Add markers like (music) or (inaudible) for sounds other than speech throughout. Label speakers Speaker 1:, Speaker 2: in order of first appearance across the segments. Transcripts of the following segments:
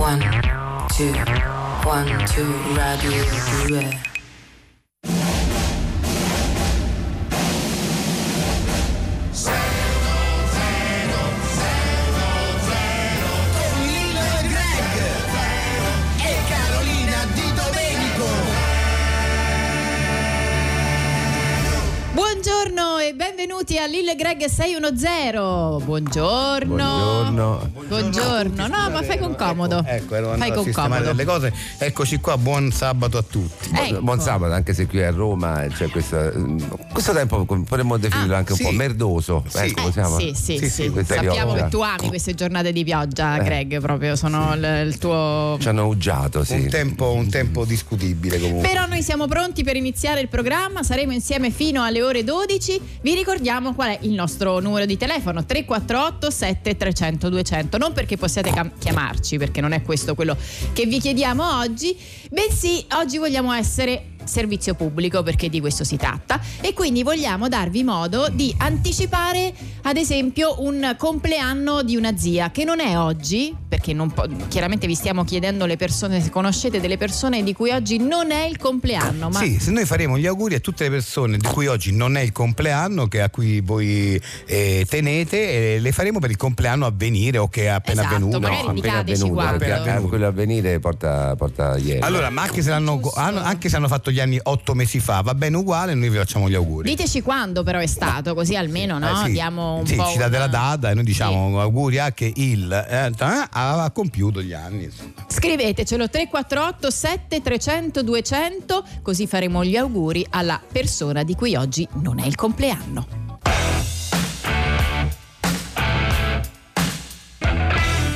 Speaker 1: One, two, one, two, radio 2.
Speaker 2: con Lino e Greg e Carolina Di Domenico.
Speaker 3: Buongiorno e benvenuti a Lille Greg 610. Buongiorno.
Speaker 4: Buongiorno.
Speaker 3: Buongiorno. No, ma fai con comodo.
Speaker 4: Ecco, ero
Speaker 3: fai
Speaker 4: andato a
Speaker 3: con
Speaker 4: sistemare
Speaker 3: comodo.
Speaker 4: delle cose. Eccoci qua, buon sabato a tutti.
Speaker 3: Ecco.
Speaker 5: Buon sabato, anche se qui a Roma c'è questa, mm, questo tempo com- potremmo definirlo anche un
Speaker 4: sì.
Speaker 5: po' merdoso.
Speaker 4: Sì.
Speaker 5: Ecco,
Speaker 3: Eh,
Speaker 5: possiamo-
Speaker 3: Ah, sì, sì, sì,
Speaker 5: questa
Speaker 3: Sappiamo
Speaker 4: eh.
Speaker 5: riotta.
Speaker 3: che tu ami queste giornate di pioggia, Greg, proprio sono l- il tuo
Speaker 4: Cioè,
Speaker 5: Ci hanno uggiato, sì.
Speaker 4: Un, tempo, un tempo discutibile comunque.
Speaker 3: Però noi siamo pronti per iniziare il programma, saremo insieme fino alle ore 12. Vi ricordiamo qual è il nostro numero di telefono 348 7300 200, non perché possiate cam- chiamarci, perché non è questo quello che vi chiediamo oggi, bensì oggi vogliamo essere servizio pubblico perché di questo si tratta e quindi vogliamo darvi modo di anticipare ad esempio un compleanno di una zia che non è oggi perché non po- chiaramente vi stiamo chiedendo le persone se conoscete delle persone di cui oggi non è il compleanno ma
Speaker 4: Sì, se noi faremo gli auguri a tutte le persone di cui oggi non è il compleanno, che a cui voi eh, tenete, e le faremo per il compleanno a venire o che è appena
Speaker 3: Esatto,
Speaker 4: avvenuto.
Speaker 3: magari
Speaker 4: No,
Speaker 3: mi-
Speaker 5: appena
Speaker 3: indicateci
Speaker 5: avvenuto,
Speaker 3: quando.
Speaker 5: perché
Speaker 4: Appena
Speaker 5: eh, quello avvenire porta, porta ieri.
Speaker 4: Allora, ma anche se, l'hanno,
Speaker 3: Giusto.
Speaker 4: hanno- anche se hanno fatto gli anni otto mesi fa, va bene uguale, noi vi facciamo gli auguri.
Speaker 3: diteci quando però è stato così almeno no?
Speaker 4: Eh, sì.
Speaker 3: diamo un
Speaker 4: Sì,
Speaker 3: po'
Speaker 4: ci date
Speaker 3: una-
Speaker 4: la data e noi diciamo
Speaker 3: Sì.
Speaker 4: auguri a che il eh, ta- ha compiuto gli anni. insomma.
Speaker 3: Scrivetecelo 348 7300 200 così faremo gli auguri alla persona di cui oggi non è il compleanno.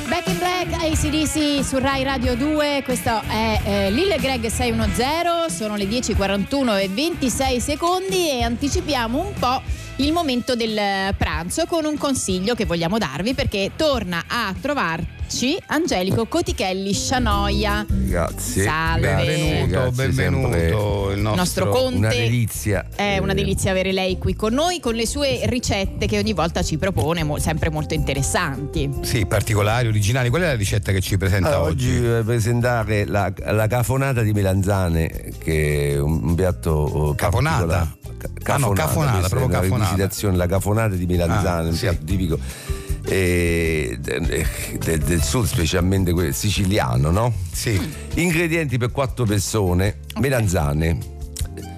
Speaker 3: Back in Black, ACDC su Rai Radio 2, questo è eh, Lille Greg 610, sono le 10.41 e 26 secondi e anticipiamo un po' il momento del eh, pranzo con un consiglio che vogliamo darvi perché torna a trovarci Angelico Cotichelli Scianoia.
Speaker 5: Grazie.
Speaker 3: Salve.
Speaker 5: Grazie,
Speaker 4: Benvenuto,
Speaker 5: grazie,
Speaker 4: benvenuto
Speaker 5: sempre
Speaker 4: il
Speaker 3: Il nostro
Speaker 4: nostro,
Speaker 3: conte.
Speaker 5: Una delizia.
Speaker 3: È una
Speaker 5: Eh,
Speaker 3: delizia avere lei qui con noi con le sue ricette che ogni volta ci propone, mo- sempre molto interessanti.
Speaker 4: Sì, particolari, originali. Qual è la ricetta che ci presenta
Speaker 5: Allora, oggi
Speaker 4: Ah, oggi?
Speaker 5: voglio presentare la, la cafonata di melanzane, che è un, un piatto oh,
Speaker 4: Caponata?
Speaker 5: particolare. Ca-
Speaker 4: Ah, no, cafonata,
Speaker 5: questa è
Speaker 4: proprio
Speaker 5: una
Speaker 4: cafonata.
Speaker 5: rivisitazione, la cafonata di melanzane,
Speaker 4: Ah,
Speaker 5: un
Speaker 4: sì.
Speaker 5: piatto tipico eh, de- de- del, sud, specialmente quello siciliano, no?
Speaker 4: Sì. Eh,
Speaker 5: Ingredienti per quattro persone, melanzane.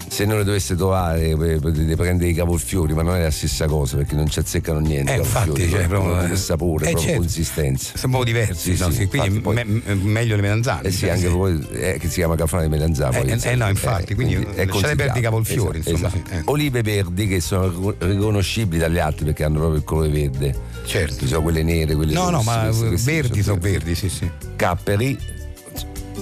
Speaker 5: Se non le doveste trovare eh, potete prendere i cavolfiori, ma non è la stessa cosa perché non ci azzeccano niente.
Speaker 4: Eh,
Speaker 5: i
Speaker 4: infatti,
Speaker 5: cavolfiori,
Speaker 4: cioè,
Speaker 5: proprio,
Speaker 4: proprio,
Speaker 5: proprio il sapore,
Speaker 4: eh,
Speaker 5: proprio
Speaker 4: certo.
Speaker 5: consistenza.
Speaker 4: Sono un po' diversi,
Speaker 5: Sì,
Speaker 4: no?
Speaker 5: sì,
Speaker 4: Sì, quindi
Speaker 5: infatti, poi-
Speaker 4: me- me- meglio le melanzane.
Speaker 5: eh sì,
Speaker 4: cioè,
Speaker 5: anche
Speaker 4: sì.
Speaker 5: voi, eh, che si chiama caffè di melanzane.
Speaker 4: Eh,
Speaker 5: poi,
Speaker 4: eh,
Speaker 5: insomma,
Speaker 4: no, infatti, quindi lasciate perdere i cavolfiori,
Speaker 5: esatto,
Speaker 4: insomma,
Speaker 5: esatto.
Speaker 4: sì, eh.
Speaker 5: Olive verdi che sono rico- riconoscibili dagli altri perché hanno proprio il colore verde.
Speaker 4: Certo.
Speaker 5: Ci sono quelle nere, quelle
Speaker 4: No, no,
Speaker 5: rosse,
Speaker 4: ma
Speaker 5: Diciamo queste- queste
Speaker 4: verdi sono verdi, sì, sì.
Speaker 5: Capperi.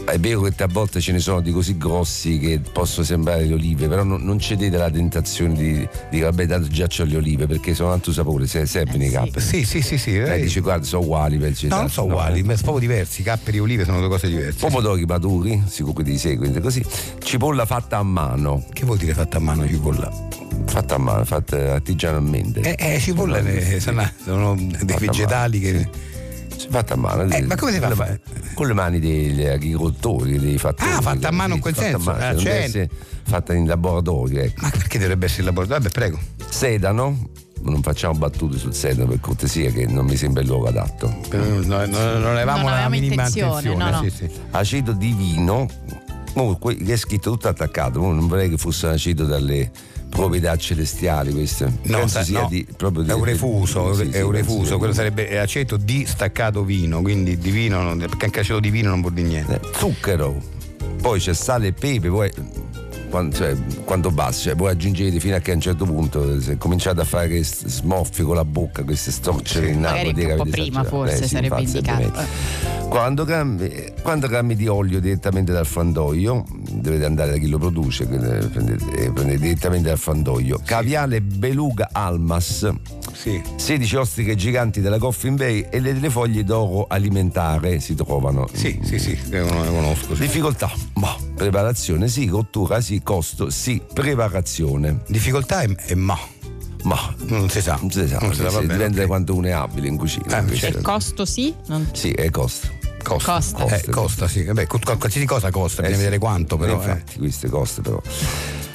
Speaker 5: È vero che a volte ce ne sono di così grossi che possono sembrare le olive, però non, non cedete alla tentazione di dire vabbè tanto già c'ho le olive perché sono tanto sapore, se servono
Speaker 3: Eh,
Speaker 5: i
Speaker 3: sì.
Speaker 5: capperi.
Speaker 4: Sì, sì, sì, sì.
Speaker 5: Lei
Speaker 4: eh,
Speaker 5: dice guarda sono uguali per
Speaker 4: No, non sono uguali,
Speaker 5: eh.
Speaker 4: ma sono proprio diversi. Capperi e olive sono due cose diverse.
Speaker 5: pomodori maturi, sicuro di seguito così, cipolla fatta a mano,
Speaker 4: Che vuol dire fatta a mano cipolla?
Speaker 5: fatta a mano, fatta artigianalmente,
Speaker 4: Eh, eh cipolla eh, sono, sono dei
Speaker 5: a
Speaker 4: vegetali che.
Speaker 5: fatta a mano.
Speaker 4: Eh, ma come si fa a
Speaker 5: Con le-
Speaker 4: fare?
Speaker 5: Con le mani degli agricoltori, dei fattori.
Speaker 4: Ah, fatta a mano in
Speaker 5: Sì,
Speaker 4: quel
Speaker 5: fatta a
Speaker 4: senso,
Speaker 5: mano,
Speaker 4: ah,
Speaker 5: cioè, non
Speaker 4: cioè-
Speaker 5: deve essere fatta in laboratorio, ecco.
Speaker 4: Ma perché dovrebbe essere il laboratorio? Vabbè, prego.
Speaker 5: Sedano, non facciamo battute sul sedano per cortesia che non mi sembra il luogo adatto.
Speaker 4: Non, Eh, non, non avevamo
Speaker 3: Non
Speaker 4: la
Speaker 3: avevamo
Speaker 4: minima
Speaker 3: intenzione, no, no.
Speaker 4: sì, sì.
Speaker 5: Aceto di vino, oh, que- che è scritto tutto attaccato, oh, non vorrei che fosse un aceto dalle proprietà celestiali queste.
Speaker 4: No,
Speaker 5: Penso
Speaker 4: sa-
Speaker 5: sia
Speaker 4: no,
Speaker 5: di- proprio di-
Speaker 4: è un
Speaker 5: sì,
Speaker 4: refuso, è
Speaker 5: sì,
Speaker 4: un
Speaker 5: penso
Speaker 4: refuso,
Speaker 5: di-
Speaker 4: quello sarebbe è aceto di staccato vino, quindi di vino, non- perché anche aceto di vino non vuol dire niente.
Speaker 5: Eh, zucchero, poi c'è sale e pepe, poi quando, cioè, quanto basta, cioè, voi aggiungete fino a che a un certo punto se cominciate a fare che s- smoffi con la bocca, queste storcere
Speaker 4: Sì.
Speaker 5: in naso,
Speaker 3: Magari
Speaker 5: dire che
Speaker 3: un po'
Speaker 5: avete
Speaker 3: prima
Speaker 5: esagerato.
Speaker 3: forse
Speaker 5: Eh, sì,
Speaker 3: sarebbe
Speaker 5: infatti,
Speaker 3: indicato.
Speaker 5: ovviamente. Quando grammi, quando grammi di olio direttamente dal frandoio, dovete andare da chi lo produce, quindi prendete, eh, prendete direttamente dal frandoio, caviale beluga almas,
Speaker 4: Sì.
Speaker 5: 16 ostriche giganti della Coffinvey e le, le foglie d'oro alimentare si trovano.
Speaker 4: Sì, sì, sì, eh, lo conosco. sì.
Speaker 5: Difficoltà, ma preparazione sì, cottura sì, costo sì, preparazione.
Speaker 4: Difficoltà è, è ma,
Speaker 5: Ma
Speaker 4: non si sa.
Speaker 5: non si sa,
Speaker 4: Non si sa, va
Speaker 5: sì,
Speaker 4: bene,
Speaker 5: dipende da
Speaker 4: ok.
Speaker 5: quanto uno è abile in cucina.
Speaker 4: Eh,
Speaker 5: questo.
Speaker 3: Il costo sì? Non-
Speaker 5: Sì, è costo.
Speaker 4: Costa.
Speaker 3: Costa.
Speaker 4: Eh, Costa, sì. Vabbè, co- qualsiasi cosa costa, bisogna
Speaker 5: Eh sì.
Speaker 4: vedere quanto però. eh.
Speaker 5: infatti, queste coste però.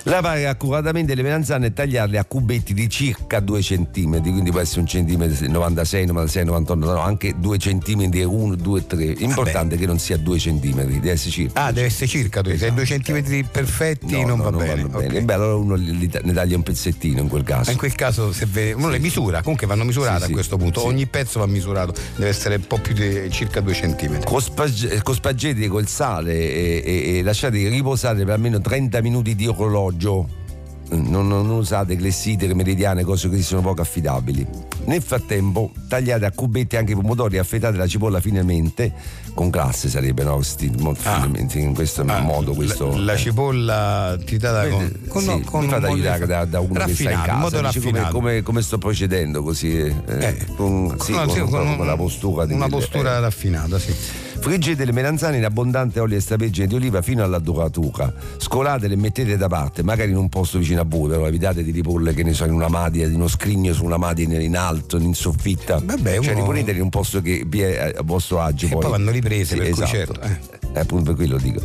Speaker 5: Lavare accuratamente le melanzane e tagliarle a cubetti di circa 2 cm, quindi può essere un centimetro 96, 96, 98, no, anche 2 cm, 1, 2, 3. Importante che non sia 2 cm, deve essere circa.
Speaker 4: Ah, deve essere circa due, se
Speaker 5: Esatto.
Speaker 4: due centimetri perfetti
Speaker 5: No,
Speaker 4: non
Speaker 5: no,
Speaker 4: va bene.
Speaker 5: vanno
Speaker 4: ok.
Speaker 5: Eh, Beh, allora uno li- li- ne taglia un pezzettino in quel caso.
Speaker 4: Ma in quel caso se vede, uno le misura, comunque vanno misurate
Speaker 5: Sì,
Speaker 4: a
Speaker 5: sì.
Speaker 4: questo punto,
Speaker 5: Sì.
Speaker 4: ogni pezzo va misurato, deve essere un po' più di circa 2 cm.
Speaker 5: Cospag- Cospaggete col sale e, e- e lasciate riposare per almeno 30 minuti di orologio. Non, non usate clessidere, meridiane, cose così sono poco affidabili. Nel frattempo tagliate a cubetti anche i pomodori, affettate la cipolla finemente, con classe sarebbe, no? Sti- mo-
Speaker 4: Ah.
Speaker 5: finemente, in questo modo. Questo,
Speaker 4: la, la cipolla ti dà
Speaker 5: eh,
Speaker 4: con, con,
Speaker 5: sì,
Speaker 4: con
Speaker 5: mi fate
Speaker 4: un modo
Speaker 5: aiutare
Speaker 4: di-
Speaker 5: da, da uno che sta in
Speaker 4: raffinato,
Speaker 5: casa
Speaker 4: in modo
Speaker 5: dici, come,
Speaker 4: raffinato.
Speaker 5: come- come sto procedendo così eh,
Speaker 4: Eh,
Speaker 5: con, sì,
Speaker 4: no,
Speaker 5: con-
Speaker 4: sì,
Speaker 5: con-
Speaker 4: con
Speaker 5: con
Speaker 4: un-
Speaker 5: la postura di
Speaker 4: una
Speaker 5: dire,
Speaker 4: postura
Speaker 5: eh.
Speaker 4: raffinata, sì.
Speaker 5: Friggete le melanzane in abbondante olio e extravergine di oliva fino alla doratura. Scolatele e mettetele da parte, magari in un posto vicino a voi, però evitate di riporle che ne so in una madia, in uno scrigno su una madia in, in alto, in soffitta.
Speaker 4: Vabbè,
Speaker 5: cioè
Speaker 4: uno-
Speaker 5: riponetele in un posto che vi è a vostro agio.
Speaker 4: E poi vanno riprese, per cui
Speaker 5: esatto.
Speaker 4: certo, eh.
Speaker 5: Eh, appunto per quello dico.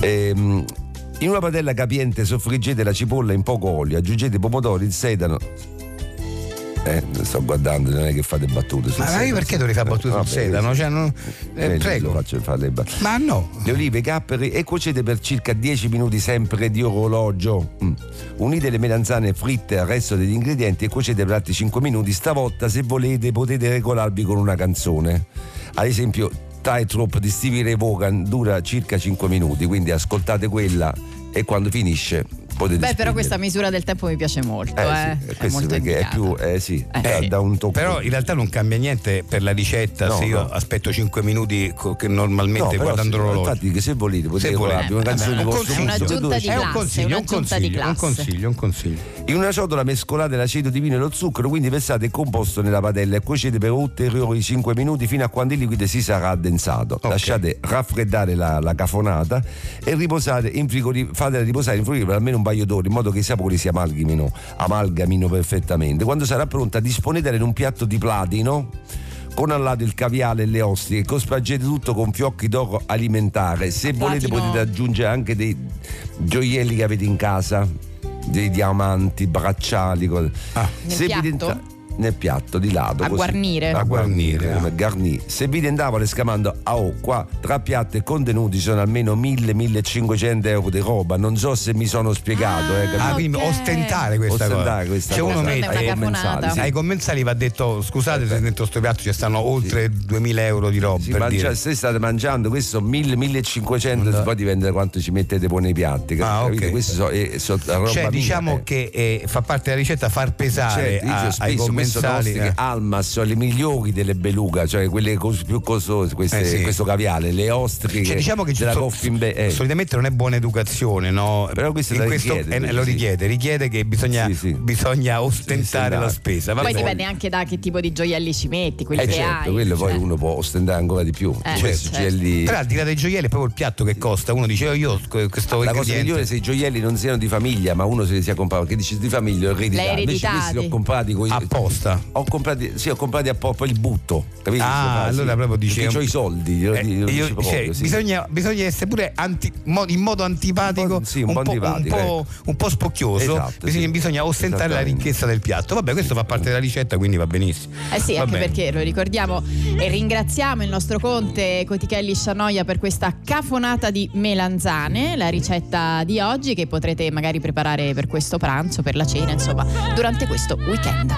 Speaker 5: Ehm, in una padella capiente soffriggete la cipolla in poco olio, aggiungete i pomodori, il sedano. Eh, sto guardando, non è che fate battute sul
Speaker 4: Ma io
Speaker 5: sedano,
Speaker 4: perché
Speaker 5: sì.
Speaker 4: dovrei fare battute sul
Speaker 5: Vabbè,
Speaker 4: sedano? Cioè, non- eh,
Speaker 5: eh, lo
Speaker 4: prego.
Speaker 5: faccio fare le ba-
Speaker 4: Ma no.
Speaker 5: le olive, i capperi e cuocete per circa 10 minuti sempre di orologio. Mm. Unite le melanzane fritte al resto degli ingredienti e cuocete per altri 5 minuti. Stavolta, se volete, potete regolarvi con una canzone. Ad esempio, Tightrope di Stevie Ray Vaughan dura circa 5 minuti, quindi ascoltate quella e quando finisce potete
Speaker 3: Beh,
Speaker 5: spegnere.
Speaker 3: però questa misura del tempo mi piace molto,
Speaker 5: eh,
Speaker 3: eh.
Speaker 5: sì, eh,
Speaker 3: è
Speaker 5: questo
Speaker 3: molto
Speaker 5: perché è
Speaker 3: indicata.
Speaker 5: più eh sì,
Speaker 3: Eh,
Speaker 5: da,
Speaker 3: sì.
Speaker 5: da un tocco
Speaker 4: Però in realtà non cambia niente per la ricetta
Speaker 5: No,
Speaker 4: se io
Speaker 5: no.
Speaker 4: aspetto 5 minuti co- che
Speaker 5: No,
Speaker 4: normalmente
Speaker 5: però
Speaker 4: guardando
Speaker 5: se-
Speaker 4: l'orologio.
Speaker 5: infatti che se volete potete
Speaker 4: volete.
Speaker 5: regolarvi una
Speaker 4: Eh,
Speaker 5: canzone
Speaker 3: vabbè,
Speaker 5: con
Speaker 3: è
Speaker 5: questo
Speaker 3: un'aggiunta
Speaker 5: gusto.
Speaker 3: di
Speaker 4: è un
Speaker 3: classe,
Speaker 4: consiglio, un
Speaker 3: un'aggiunta di
Speaker 4: consiglio, un
Speaker 3: classe.
Speaker 4: consiglio, un consiglio.
Speaker 5: In una ciotola mescolate l'aceto di vino e lo zucchero, quindi versate il composto nella padella e cuocete per ulteriori 5 minuti fino a quando il liquido si sarà addensato.
Speaker 4: Ok.
Speaker 5: Lasciate raffreddare la, la cafonata e riposate in frigori- fatela riposare in frigorifero per almeno un paio d'ore in modo che i sapori si amalgamino, amalgamino perfettamente. Quando sarà pronta disponetela in un piatto di platino con al lato il caviale e le ostriche e cospargete tutto con fiocchi d'oro alimentare. Se volete
Speaker 3: platino.
Speaker 5: potete aggiungere anche dei gioielli che avete in casa, dei diamanti, bracciali. cose.
Speaker 4: Ah.
Speaker 3: Nel
Speaker 5: vi
Speaker 3: piatto?
Speaker 5: tenta- nel piatto di lato
Speaker 3: A
Speaker 5: così.
Speaker 3: guarnire?
Speaker 5: a
Speaker 4: A guarnire,
Speaker 5: guarnire
Speaker 4: ah.
Speaker 5: come garnì se vi tentavano scamando a oh qua tra piatto e contenuti ci sono almeno 1000-1500 euro di roba non so se mi sono spiegato eh,
Speaker 4: Ah,
Speaker 5: capito?
Speaker 4: quindi
Speaker 3: ok.
Speaker 4: ostentare questa
Speaker 5: Ostentare
Speaker 4: cosa.
Speaker 5: questa
Speaker 4: Cioè,
Speaker 5: cosa
Speaker 4: uno
Speaker 3: Questa è una
Speaker 4: mette
Speaker 3: caponata.
Speaker 5: sì.
Speaker 4: ai commensali va detto scusate se dentro sto piatto ci stanno oltre 2000 euro di roba
Speaker 5: Sì,
Speaker 4: Oh, per
Speaker 5: mangia-
Speaker 4: dire.
Speaker 5: se state mangiando questo 1000 1500 poi dipende da quanto ci mettete poi nei piatti
Speaker 4: Ah,
Speaker 5: capito?
Speaker 4: ok.
Speaker 5: Questi so- eh, so- la roba
Speaker 4: Cioè
Speaker 5: mia,
Speaker 4: diciamo
Speaker 5: eh.
Speaker 4: che eh, fa parte della ricetta far pesare
Speaker 5: Certo, io
Speaker 4: a-
Speaker 5: so
Speaker 4: ai
Speaker 5: spesso queste
Speaker 4: commensali
Speaker 5: ostriche
Speaker 4: eh.
Speaker 5: Almas sono le migliori delle beluga, cioè quelle cos- più costose, queste-
Speaker 4: Eh sì.
Speaker 5: questo caviale, le ostriche
Speaker 4: Cioè, diciamo che
Speaker 5: della
Speaker 4: so-
Speaker 5: Goffinbe- eh.
Speaker 4: solitamente non è buona educazione, no?
Speaker 5: Però questo
Speaker 4: In
Speaker 5: la richiede,
Speaker 4: eh,
Speaker 5: questo
Speaker 4: lo
Speaker 5: sì.
Speaker 4: richiede, richiede che bisogna,
Speaker 5: Sì, sì.
Speaker 4: bisogna ostentare la
Speaker 5: Ostentare.
Speaker 4: spesa.
Speaker 3: Poi
Speaker 4: vabbè.
Speaker 3: dipende anche da che tipo di gioielli ci metti, quelli
Speaker 5: Eh
Speaker 3: che
Speaker 5: certo,
Speaker 3: hai.
Speaker 5: quello poi
Speaker 3: cioè.
Speaker 5: uno può ostentare ancora di più.
Speaker 3: Eh,
Speaker 5: Questi
Speaker 3: certo.
Speaker 5: gioielli-
Speaker 4: Tra al di là dei gioielli è proprio il piatto che costa. Uno dice "Oh, io que- questo
Speaker 5: La cosa
Speaker 4: ingrediente.
Speaker 5: migliore è se i gioielli non siano di famiglia, ma uno se li sia comprato, che dice di famiglia, ho ereditato.
Speaker 3: L'hai
Speaker 5: Invece
Speaker 3: ereditati.
Speaker 5: questi li ho comprati con
Speaker 4: Apposta.
Speaker 5: Ho comprati, sì, ho comprati apposta, poi li butto. Capito?
Speaker 4: Ah,
Speaker 5: Sì.
Speaker 4: allora proprio dice
Speaker 5: Perché ho i soldi, glielo,
Speaker 4: Eh,
Speaker 5: glielo
Speaker 4: io-
Speaker 5: dice proprio,
Speaker 4: cioè,
Speaker 5: sì.
Speaker 4: bisogna, bisogna essere pure anti- mo- in modo antipatico,
Speaker 5: Un po', sì, un po' antipatico,
Speaker 4: po',
Speaker 5: ecco.
Speaker 4: un po' spocchioso.
Speaker 5: Esatto,
Speaker 4: bisogna,
Speaker 5: sì.
Speaker 4: bisogna ostentare la
Speaker 5: Esattamente.
Speaker 4: ricchezza del piatto. Vabbè, questo fa parte della ricetta, quindi va benissimo.
Speaker 3: Eh sì,
Speaker 4: Va
Speaker 3: anche
Speaker 4: bene.
Speaker 3: perché lo ricordiamo e ringraziamo il nostro conte Cotichelli Scianoia per questa cafonata di melanzane, la ricetta di oggi che potrete magari preparare per questo pranzo, per la cena, insomma, durante questo weekend.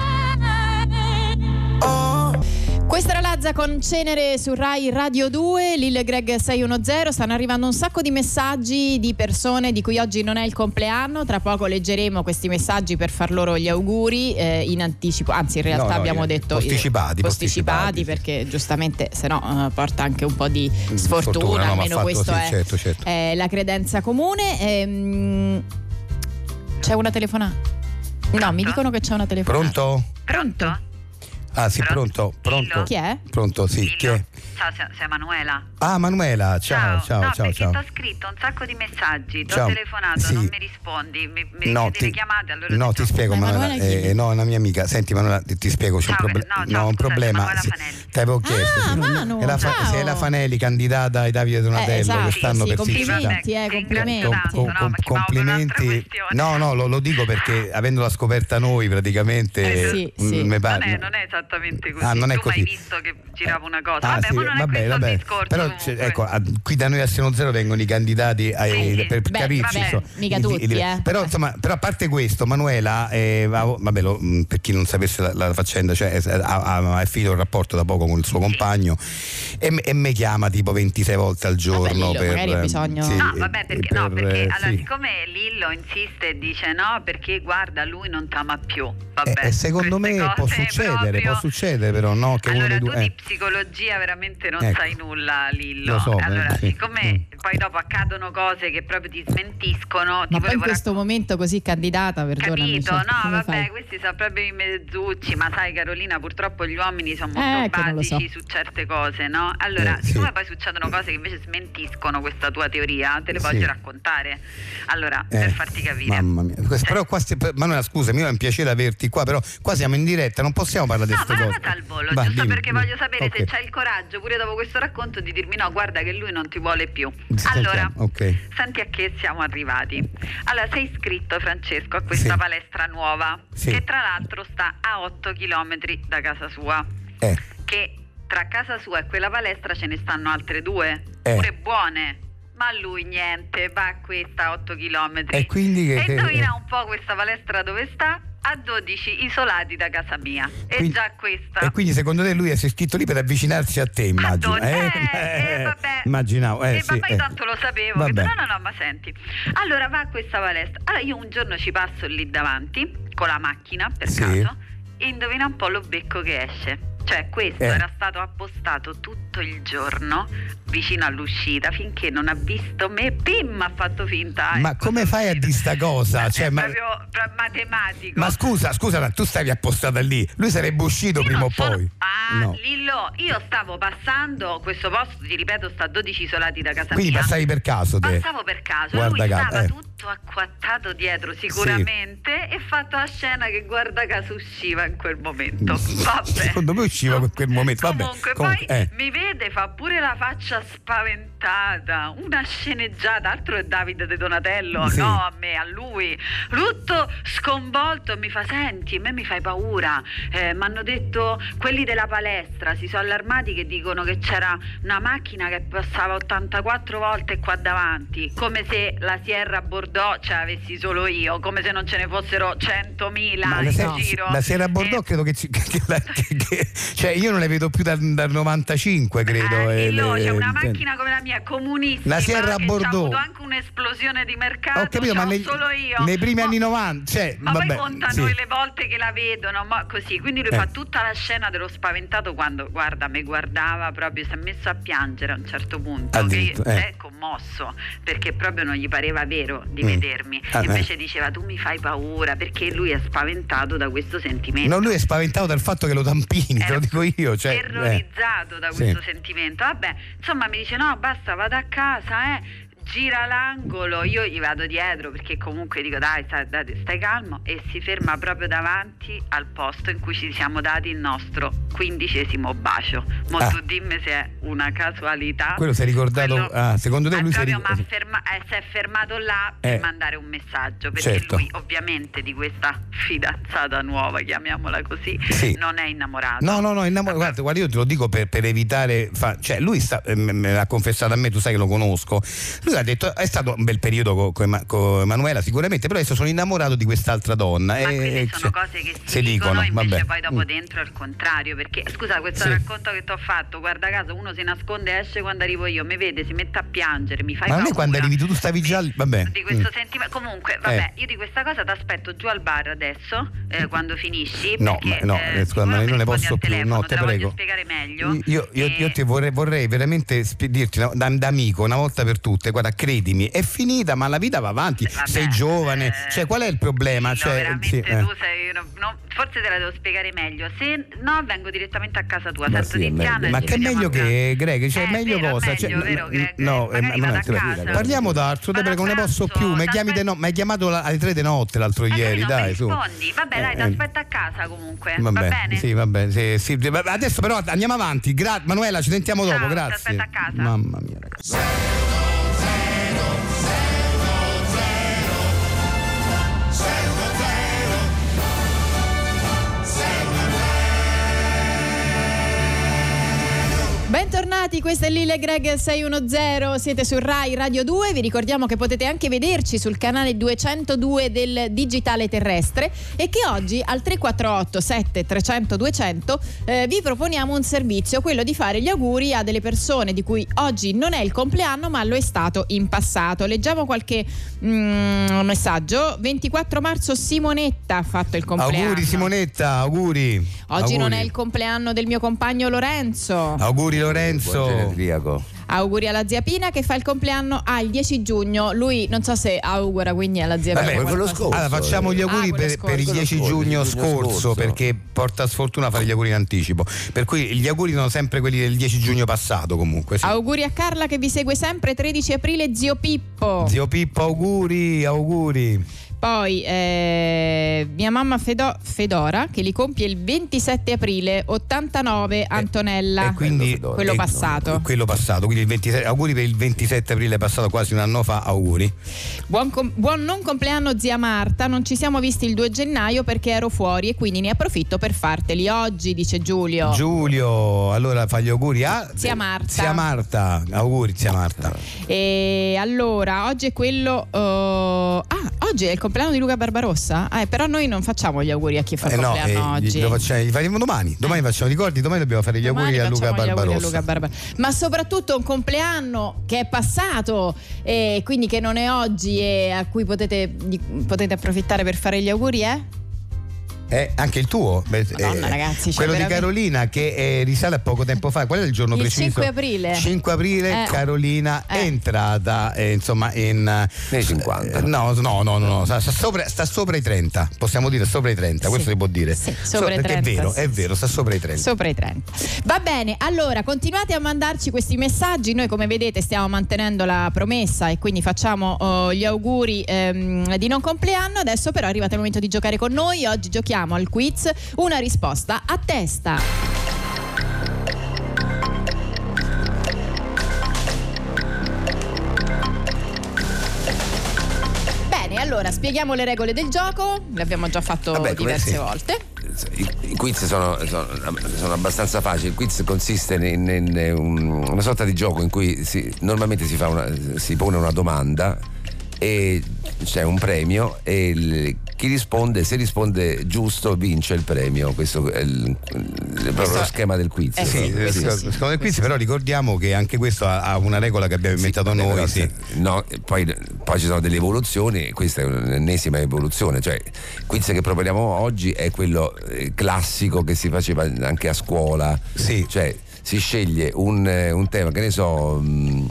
Speaker 3: Questa era Lazza con Cenere su Rai Radio 2, Lil Greg 610, stanno arrivando un sacco di messaggi di persone di cui oggi non è il compleanno, tra poco leggeremo questi messaggi per far loro gli auguri eh, in anticipo, anzi in realtà
Speaker 4: No, no,
Speaker 3: abbiamo
Speaker 4: in-
Speaker 3: detto
Speaker 4: posticipati,
Speaker 3: posticipati,
Speaker 4: posticipati, sì. Mm,
Speaker 3: perché giustamente se no eh, porta anche un po' di sfortuna,
Speaker 4: no, ma
Speaker 3: almeno
Speaker 4: fatto,
Speaker 3: questa
Speaker 4: sì,
Speaker 3: è, Eh,
Speaker 4: certo, certo.
Speaker 3: è la credenza comune. Ehm, eh. c'è una telefonata? No, mi dicono che c'è una telefonata.
Speaker 4: Pronto?
Speaker 6: Pronto?
Speaker 4: Ah, sì, pronto, pronto.
Speaker 7: Dillo.
Speaker 3: Chi è?
Speaker 4: Pronto, sì.
Speaker 7: Dillo.
Speaker 4: Chi è?
Speaker 7: Ciao, se- sei Manuela.
Speaker 4: Ah, Manuela, ciao, ciao,
Speaker 7: no,
Speaker 4: ciao.
Speaker 7: perché
Speaker 4: ciao.
Speaker 7: ti ho scritto un sacco di messaggi, ti ho
Speaker 4: Ciao.
Speaker 7: telefonato,
Speaker 4: Sì.
Speaker 7: non mi rispondi, mi, mi
Speaker 4: No,
Speaker 7: rifiuti le chiamate, allora
Speaker 4: no,
Speaker 7: ho
Speaker 4: ti
Speaker 7: detto,
Speaker 4: spiego,
Speaker 3: Eh,
Speaker 4: Manuela,
Speaker 3: Manuela chi?
Speaker 4: eh, no, è una mia amica. Senti, Manuela, ti, ti spiego, c'è un,
Speaker 7: Ciao,
Speaker 4: proble-
Speaker 7: no, ciao,
Speaker 4: no, un
Speaker 7: scusate,
Speaker 4: problema.
Speaker 7: Manuela
Speaker 4: Sì,
Speaker 7: Fanelli.
Speaker 4: Te avevo chiesto.
Speaker 3: Ah,
Speaker 4: sì.
Speaker 3: Manu,
Speaker 4: È la
Speaker 3: ciao.
Speaker 4: sei la Fanelli candidata ai Davide Donatello
Speaker 3: Eh, esatto,
Speaker 4: quest'anno
Speaker 3: sì,
Speaker 4: per
Speaker 3: complimenti,
Speaker 4: siccità.
Speaker 3: eh,
Speaker 7: Ti ringrazio
Speaker 3: complimenti.
Speaker 7: tanto,
Speaker 4: Com-
Speaker 7: esatto, no,
Speaker 4: com-
Speaker 7: ma chiamavo per un'altra
Speaker 4: complimenti.
Speaker 7: questione.
Speaker 4: No, no, lo, lo dico perché avendola scoperta noi praticamente
Speaker 3: Eh, sì,
Speaker 4: mm,
Speaker 3: sì.
Speaker 4: mi
Speaker 7: Non
Speaker 4: pare-
Speaker 7: è, non è esattamente così.
Speaker 4: Ah, non è
Speaker 7: tu
Speaker 4: così.
Speaker 7: hai visto che girava una cosa.
Speaker 4: Ah,
Speaker 7: vabbè,
Speaker 4: sì,
Speaker 7: ma non
Speaker 4: vabbè,
Speaker 7: è questo
Speaker 4: vabbè.
Speaker 7: il discorso.
Speaker 4: Però c'è-
Speaker 7: comunque.
Speaker 4: ecco, a- qui da noi a Seno Zero vengono i candidati ai-
Speaker 7: Ah, Sì, sì.
Speaker 4: per
Speaker 3: Beh,
Speaker 4: capirci.
Speaker 7: vabbè,
Speaker 4: insomma.
Speaker 3: mica
Speaker 4: I- i-
Speaker 3: tutti, eh.
Speaker 4: Però, insomma, però a parte questo, Manuela, eh, va- vabbè, lo- mh, per chi non sapesse la, la faccenda, cioè, eh, ha, ha- ha finito un rapporto da poco con il suo compagno e, m- e mi chiama tipo 26 volte al giorno.
Speaker 3: Lillo,
Speaker 4: per,
Speaker 3: magari ha bisogno-
Speaker 4: sì,
Speaker 7: No,
Speaker 4: eh,
Speaker 7: vabbè, perché,
Speaker 4: per,
Speaker 7: no, perché
Speaker 4: eh,
Speaker 7: allora,
Speaker 4: sì.
Speaker 7: siccome Lillo insiste e dice no, perché guarda, lui non t'ama più. Vabbè,
Speaker 4: Eh, eh, secondo
Speaker 7: queste
Speaker 4: me può
Speaker 7: cose
Speaker 4: succedere,
Speaker 7: proprio-
Speaker 4: può succedere però no, che uno
Speaker 7: allora,
Speaker 4: dei due...
Speaker 7: tu di
Speaker 4: eh.
Speaker 7: psicologia veramente non
Speaker 4: Ecco.
Speaker 7: sai nulla, Lillo.
Speaker 4: Lo so,
Speaker 7: allora,
Speaker 4: eh, sì.
Speaker 7: siccome poi dopo accadono cose che proprio ti smentiscono, ti
Speaker 3: Ma poi in
Speaker 7: volevo
Speaker 3: questo
Speaker 7: raccon-
Speaker 3: momento così candidata, perdonami.
Speaker 7: Capito?
Speaker 3: cioè,
Speaker 7: no,
Speaker 3: come
Speaker 7: vabbè,
Speaker 3: fai?
Speaker 7: questi sono proprio i mezzucci, ma sai Carolina, purtroppo gli uomini sono
Speaker 3: Eh,
Speaker 7: molto
Speaker 3: che non lo
Speaker 7: basici
Speaker 3: so.
Speaker 7: su certe cose, no? Allora,
Speaker 4: Eh, sì.
Speaker 7: siccome poi succedono cose che invece smentiscono questa tua teoria, te le
Speaker 4: Eh, Sì.
Speaker 7: voglio raccontare. Allora,
Speaker 4: Eh,
Speaker 7: per farti capire. Cioè-
Speaker 4: Mamma mia. Questo- però qua si- Manuela, scusami, io è un piacere averti qua, però qua siamo in diretta, non possiamo parlare
Speaker 7: No,
Speaker 4: di
Speaker 7: ma
Speaker 4: queste
Speaker 7: la
Speaker 4: cose.
Speaker 7: fatta al volo,
Speaker 4: Va,
Speaker 7: giusto
Speaker 4: dimmi,
Speaker 7: perché
Speaker 4: dimmi.
Speaker 7: voglio sapere se
Speaker 4: Ok.
Speaker 7: c'hai il coraggio pure dopo questo racconto di dirmi no, guarda che lui non ti vuole più.
Speaker 4: Sentiamo,
Speaker 7: Allora,
Speaker 4: ok.
Speaker 7: senti a che siamo arrivati. Allora, sei iscritto Francesco a questa
Speaker 4: Sì.
Speaker 7: palestra nuova,
Speaker 4: Sì.
Speaker 7: che tra l'altro sta a 8 km da casa sua,
Speaker 4: Eh,
Speaker 7: che tra casa sua e quella palestra ce ne stanno altre due,
Speaker 4: Eh.
Speaker 7: pure buone. Ma lui niente, va a questa a 8 km.
Speaker 4: E quindi che-
Speaker 7: E
Speaker 4: che- eh,
Speaker 7: indovina un po' questa palestra dove sta? A 12 isolati da casa mia. E
Speaker 4: quindi-
Speaker 7: già questa.
Speaker 4: E quindi secondo te lui si è iscritto lì per avvicinarsi a te, immagino.
Speaker 7: Madonna, eh, eh, vabbè.
Speaker 4: Immaginavo. Eh,
Speaker 7: Eh,
Speaker 4: sì,
Speaker 7: vabbè,
Speaker 4: eh.
Speaker 7: tanto lo sapevo. Ho
Speaker 4: Vabbè.
Speaker 7: detto, no, no, no, ma senti. Allora va a questa palestra. Allora io un giorno ci passo lì davanti con la macchina per
Speaker 4: Sì.
Speaker 7: caso e indovina un po' lo becco che esce. Cioè, questo
Speaker 4: Eh.
Speaker 7: era stato appostato tutto il giorno vicino all'uscita finché non ha visto me. Pim ha fatto finta.
Speaker 4: Ma
Speaker 7: ecco,
Speaker 4: come
Speaker 7: sono
Speaker 4: fai a
Speaker 7: uscita.
Speaker 4: di sta cosa?
Speaker 7: Ma
Speaker 4: Cioè,
Speaker 7: (laughs) è
Speaker 4: ma-
Speaker 7: proprio pra- matematico.
Speaker 4: Ma scusa, scusa, ma tu stavi appostata lì. Lui sarebbe uscito
Speaker 7: Io
Speaker 4: prima o
Speaker 7: non sono-
Speaker 4: poi.
Speaker 7: Ah,
Speaker 4: No.
Speaker 7: Lillo, io stavo passando questo posto, ti ripeto, sta a 12 isolati da casa
Speaker 4: Quindi
Speaker 7: mia.
Speaker 4: passavi per caso te.
Speaker 7: Passavo per caso,
Speaker 4: Guarda
Speaker 7: lui
Speaker 4: caso,
Speaker 7: stava
Speaker 4: eh.
Speaker 7: tutto acquattato dietro sicuramente e fatto la scena che guarda caso usciva in quel momento. Vabbè.
Speaker 4: Mm, Secondo me usciva in quel momento, vabbè,
Speaker 7: Comunque,
Speaker 4: comunque,
Speaker 7: poi
Speaker 4: eh.
Speaker 7: mi vede, fa pure la faccia spaventata, una sceneggiata, altro è Davide De Donatello,
Speaker 4: Sì.
Speaker 7: no a me, a lui. Tutto sconvolto mi fa senti, a me mi fai paura. mi hanno detto quelli della palestra, si sono allarmati che dicono che c'era una macchina che passava 84 volte qua davanti, come se la Sierra Bordeaux ce l'avessi solo io, come se non ce ne fossero 100.000
Speaker 4: Ma
Speaker 7: in
Speaker 4: la, sera,
Speaker 7: giro.
Speaker 4: la sera a Bordeaux
Speaker 7: Eh,
Speaker 4: credo che, ci- (laughs) che- che la- che- che- cioè io non le vedo più dal, dal 95 credo
Speaker 7: Eh,
Speaker 4: eh,
Speaker 7: Lillo,
Speaker 4: le-
Speaker 7: c'è una
Speaker 4: cioè-
Speaker 7: macchina come la mia comunissima
Speaker 4: La Sierra
Speaker 7: che
Speaker 4: Bordeaux.
Speaker 7: c'ha avuto anche un'esplosione di mercato
Speaker 4: ho capito
Speaker 7: c'ho
Speaker 4: ma nei,
Speaker 7: solo io
Speaker 4: nei primi
Speaker 7: Ma-
Speaker 4: anni 90 cioè,
Speaker 7: ma
Speaker 4: vabbè,
Speaker 7: poi contano
Speaker 4: sì.
Speaker 7: le volte che la vedono ma così quindi lui
Speaker 4: Eh.
Speaker 7: fa tutta la scena dello spaventato quando guarda mi guardava proprio si è messo a piangere a un certo punto
Speaker 4: Ah,
Speaker 7: che
Speaker 4: zitto, eh.
Speaker 7: è commosso perché proprio non gli pareva vero di
Speaker 4: Mm.
Speaker 7: vedermi
Speaker 4: Ah, eh.
Speaker 7: e invece diceva tu mi fai paura perché lui è spaventato da questo sentimento
Speaker 4: No, lui è spaventato dal fatto che lo tampini, te
Speaker 7: era
Speaker 4: lo dico io. Cioè, eh.
Speaker 7: Ecco, terrorizzato da
Speaker 4: Sì.
Speaker 7: questo sentimento. Vabbè, insomma, mi dice: No, basta, vado a casa, eh. Gira l'angolo, io gli vado dietro perché comunque dico dai, stai, dai, stai calmo e si ferma proprio davanti al posto in cui ci siamo dati il nostro quindicesimo bacio. Mo
Speaker 4: Ah.
Speaker 7: tu dimmi se è una casualità.
Speaker 4: Quello si è ricordato- ah, secondo te
Speaker 7: Ah,
Speaker 4: lui si è
Speaker 7: proprio
Speaker 4: ri-
Speaker 7: m'ha ferma- eh, si è fermato là
Speaker 4: Eh.
Speaker 7: per mandare un messaggio perché
Speaker 4: Certo.
Speaker 7: lui ovviamente di questa fidanzata nuova, chiamiamola così,
Speaker 4: Sì.
Speaker 7: non è innamorato.
Speaker 4: No, no, no, innamor- guarda, guarda, io te lo dico per, per evitare. fa- cioè, lui sta- eh, me, me l'ha confessato a me, tu sai che lo conosco. Lui ha detto: è stato un bel periodo con Emanuela, sicuramente, però adesso sono innamorato di quest'altra donna.
Speaker 7: Ma
Speaker 4: e-
Speaker 7: quelle
Speaker 4: e
Speaker 7: sono
Speaker 4: cioè,
Speaker 7: cose che si, dicono, invece poi dopo
Speaker 4: Mm.
Speaker 7: dentro è il contrario, perché scusa questo
Speaker 4: Sì.
Speaker 7: racconto che ti ho fatto, guarda caso uno si nasconde e esce quando arrivo io, mi vede, si mette a piangere, mi fai
Speaker 4: Ma non è
Speaker 7: paura.
Speaker 4: quando arrivi tu, tu stavi già lì- vabbè.
Speaker 7: Di questo
Speaker 4: Mm. Eh.
Speaker 7: sentimento, comunque vabbè, io di questa cosa ti aspetto giù al bar adesso, eh, quando finisci,
Speaker 4: Mm. No,
Speaker 7: perché,
Speaker 4: ma- no,
Speaker 7: eh,
Speaker 4: eh, scusa, ma io
Speaker 7: sicuro mi
Speaker 4: non ne
Speaker 7: rispondi
Speaker 4: posso
Speaker 7: al
Speaker 4: più,
Speaker 7: telefono,
Speaker 4: no,
Speaker 7: te
Speaker 4: te
Speaker 7: la voglio
Speaker 4: prego.
Speaker 7: spiegare meglio. Eh,
Speaker 4: Io, io-
Speaker 7: E-
Speaker 4: io ti vorrei, vorrei veramente sp- dirti una- da, da amico una volta per tutte, guarda, guarda, credimi, è finita, ma la vita va avanti.
Speaker 6: Vabbè,
Speaker 4: sei giovane,
Speaker 6: eh,
Speaker 4: cioè, qual è il problema?
Speaker 6: no,
Speaker 4: Cioè,
Speaker 6: veramente
Speaker 4: sì, eh.
Speaker 6: tu sei uno- no, forse te la devo spiegare meglio. Se no, vengo direttamente a casa tua,
Speaker 5: Ma
Speaker 6: sento
Speaker 5: sì, è
Speaker 6: Tiziano
Speaker 5: meglio.
Speaker 6: e
Speaker 4: Ma
Speaker 6: ci
Speaker 4: che è
Speaker 6: vediamo
Speaker 4: meglio
Speaker 6: a casa.
Speaker 4: che Greg? Cioè,
Speaker 6: Eh,
Speaker 4: meglio
Speaker 6: vero,
Speaker 4: cosa?
Speaker 6: meglio,
Speaker 4: Cioè,
Speaker 6: vero, Greg? Magari
Speaker 4: no, eh,
Speaker 6: vado
Speaker 4: Manuela,
Speaker 6: a
Speaker 4: te la-
Speaker 6: casa.
Speaker 4: parliamo d'altro, te
Speaker 6: Vado a
Speaker 4: prego, non ne
Speaker 6: pranzo,
Speaker 4: posso più. Mi,
Speaker 6: ti
Speaker 4: chiami de-
Speaker 6: aspetto.
Speaker 4: no, mi hai chiamato la- alle tre di notte
Speaker 7: Ah,
Speaker 4: l'altro
Speaker 6: Eh,
Speaker 4: ieri,
Speaker 6: capito,
Speaker 4: dai,
Speaker 6: mi
Speaker 4: su.
Speaker 6: rispondi. Vabbè, dai,
Speaker 4: Eh,
Speaker 6: ti
Speaker 4: eh.
Speaker 6: aspetto a casa comunque.
Speaker 4: Vabbè,
Speaker 6: Va bene?
Speaker 4: Sì, vabbè, sì, sì. Vabbè, Adesso però andiamo avanti. Gra- Manuela, ci sentiamo
Speaker 6: Ciao,
Speaker 4: dopo,
Speaker 6: ti
Speaker 4: grazie.
Speaker 6: aspetto a casa.
Speaker 4: Mamma mia, ragazzi.
Speaker 3: Bentornati, questa è Lille Greg 610, siete su Rai Radio 2, vi ricordiamo che potete anche vederci sul canale 202 del Digitale Terrestre e che oggi al 348 7 300 200 eh, vi proponiamo un servizio, quello di fare gli auguri a delle persone di cui oggi non è il compleanno ma lo è stato in passato. Leggiamo qualche mm, messaggio, 24 marzo Simonetta ha fatto il compleanno.
Speaker 4: Auguri Simonetta, auguri.
Speaker 3: Oggi non
Speaker 4: Auguri. Ah.
Speaker 3: è il compleanno del mio compagno Lorenzo.
Speaker 4: Auguri
Speaker 5: Buon
Speaker 4: Lorenzo.
Speaker 5: genetriaco.
Speaker 3: Auguri alla zia Pina che fa il compleanno al 10 giugno. Lui non so se augura quindi alla zia
Speaker 4: Vabbè,
Speaker 3: Pina.
Speaker 5: quello
Speaker 3: qualcosa.
Speaker 5: scorso.
Speaker 4: Allora, facciamo gli auguri
Speaker 3: Ah, quello
Speaker 4: per, per il
Speaker 3: scorso.
Speaker 4: 10
Speaker 5: Quello
Speaker 4: giugno
Speaker 5: scorso, il giugno
Speaker 4: scorso,
Speaker 5: scorso.
Speaker 4: perché porta sfortuna fare gli auguri in anticipo. Per cui gli auguri sono sempre quelli del 10 giugno passato comunque. sì.
Speaker 3: Auguri a Carla che vi segue sempre 13 aprile zio Pippo.
Speaker 4: Zio Pippo, auguri, auguri.
Speaker 3: Poi eh, mia mamma Fedo- Fedora che li compie il 27 aprile 89 Antonella.
Speaker 4: Eh, e quindi- Eh,
Speaker 5: Fedora.
Speaker 3: quello
Speaker 4: e-
Speaker 3: passato.
Speaker 4: Quello passato, quindi il 27 auguri per il 27 aprile passato quasi un anno fa, auguri.
Speaker 3: Buon, com- buon non compleanno zia Marta, non ci siamo visti il 2 gennaio perché ero fuori e quindi ne approfitto per farteli oggi, dice Giulio.
Speaker 4: Giulio, allora fa gli auguri a
Speaker 3: Zia Marta.
Speaker 4: Zia Marta, auguri zia Marta.
Speaker 3: E allora, oggi è quello. eh, ah, oggi è il compleanno di Luca Barbarossa? Eh, però noi non facciamo gli auguri a chi fa il
Speaker 4: Eh no,
Speaker 3: compleanno
Speaker 4: eh, gli-
Speaker 3: oggi. Eh.
Speaker 4: lo facciamo, li faremo domani. Domani facciamo ricordi, domani dobbiamo fare gli
Speaker 3: Domani
Speaker 4: auguri a Luca
Speaker 3: facciamo gli auguri a
Speaker 4: Barbarossa.
Speaker 3: Luca Barbarossa. Ma soprattutto un compleanno che è passato, e quindi che non è oggi e a cui potete, di- potete approfittare per fare gli auguri, eh?
Speaker 4: Eh, anche il tuo? Beh,
Speaker 3: Madonna, ragazzi, cioè,
Speaker 4: quello di
Speaker 3: veramente-
Speaker 4: Carolina che eh, risale a poco tempo fa. Qual era il giorno
Speaker 3: Il
Speaker 4: preciso?
Speaker 3: 5 aprile.
Speaker 4: 5 aprile,
Speaker 3: Eh.
Speaker 4: Carolina è
Speaker 3: Eh.
Speaker 4: entrata eh, insomma in.
Speaker 5: Nei 50.
Speaker 4: eh, no, no, no, no, no, Sta, sta sopra, sta sopra i 30. Possiamo dire sopra i 30,
Speaker 3: Sì.
Speaker 4: questo si può dire.
Speaker 3: Sì, sopra i
Speaker 4: perché
Speaker 3: 30,
Speaker 4: è vero,
Speaker 3: sì,
Speaker 4: è
Speaker 3: sì.
Speaker 4: vero, sta sopra i 30.
Speaker 3: Sopra i 30. Va bene, allora continuate a mandarci questi messaggi. Noi, come vedete, stiamo mantenendo la promessa e quindi facciamo oh, gli auguri ehm, di non compleanno. Adesso, però, è arrivato il momento di giocare con noi. Oggi giochiamo al quiz una risposta a testa. Bene, Allora, spieghiamo le regole del gioco, l'abbiamo già fatto
Speaker 5: Vabbè, come
Speaker 3: diverse
Speaker 5: sì.
Speaker 3: volte.
Speaker 5: I, i quiz sono, sono- sono abbastanza facili. Il quiz consiste in, in un- una sorta di gioco in cui si- normalmente si, fa una- si pone una domanda e c'è un premio e il- chi risponde, se risponde giusto, vince il premio. Questo è, il- è proprio lo
Speaker 3: è-
Speaker 5: schema del quiz.
Speaker 3: eh,
Speaker 4: Sì,
Speaker 5: proprio,
Speaker 4: eh,
Speaker 5: sì.
Speaker 4: secondo me qui sì, però ricordiamo che anche questo ha, ha una regola che abbiamo inventato
Speaker 5: vabbè, però
Speaker 4: noi.
Speaker 5: se-
Speaker 4: Sì.
Speaker 5: no, e poi, poi ci sono delle evoluzioni, e questa è un'ennesima evoluzione. Cioè, il quiz che proponiamo oggi è quello eh, classico che si faceva anche a scuola.
Speaker 4: Sì.
Speaker 5: Cioè, si sceglie un, eh, un tema, che ne so, mm,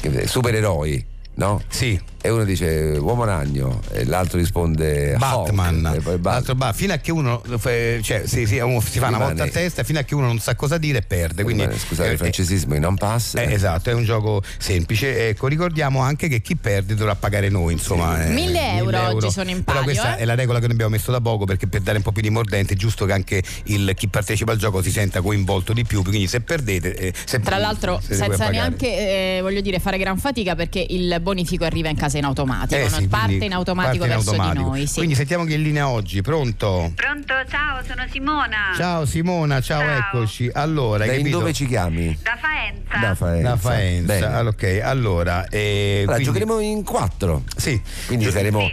Speaker 5: che- supereroi, no?
Speaker 4: Sì,
Speaker 5: E uno dice uomo ragno, e l'altro risponde
Speaker 4: Batman,
Speaker 5: Hawk, e Eh, poi Bat-
Speaker 4: L'altro Bat- fino a che uno eh, cioè, si, si- uno si fa una
Speaker 5: Rimane-
Speaker 4: volta a testa, fino a che uno non sa cosa dire e perde. Quindi,
Speaker 5: Beh, Scusate,
Speaker 4: eh,
Speaker 5: il francesismo non passa.
Speaker 4: eh, esatto, è un gioco semplice. Ecco, ricordiamo anche che chi perde dovrà pagare noi. Insomma, eh,
Speaker 3: Mille euro oggi sono in
Speaker 4: Però
Speaker 3: palio,
Speaker 4: questa
Speaker 3: eh.
Speaker 4: è la regola che noi abbiamo messo da poco perché per dare un po' più di mordente è giusto che anche il- chi partecipa al gioco si senta coinvolto di più. Quindi se perdete, eh, se-
Speaker 3: Tra l'altro,
Speaker 4: se dovete
Speaker 3: senza
Speaker 4: pagare.
Speaker 3: neanche eh, voglio dire, fare gran fatica perché il bonifico arriva in casa in automatico, non
Speaker 4: Eh sì,
Speaker 3: parte
Speaker 4: quindi
Speaker 3: in automatico
Speaker 4: parte in
Speaker 3: verso
Speaker 4: automatico.
Speaker 3: di noi. sì.
Speaker 4: Quindi sentiamo chi è in linea oggi. Pronto?
Speaker 6: Pronto, ciao, sono
Speaker 7: Ah.
Speaker 6: Simona.
Speaker 4: Ciao Simona, ciao,
Speaker 6: Ciao.
Speaker 4: eccoci. Allora,
Speaker 5: Da
Speaker 4: hai
Speaker 5: in
Speaker 4: capito?
Speaker 5: dove ci chiami?
Speaker 6: Da Faenza.
Speaker 5: Da Faenza.
Speaker 4: La Faenza.
Speaker 5: Bene.
Speaker 4: Allora, ok, allora. eh,
Speaker 5: Allora,
Speaker 4: quindi-
Speaker 5: giocheremo in quattro.
Speaker 4: Sì.
Speaker 5: Quindi
Speaker 4: Gio-
Speaker 5: saremo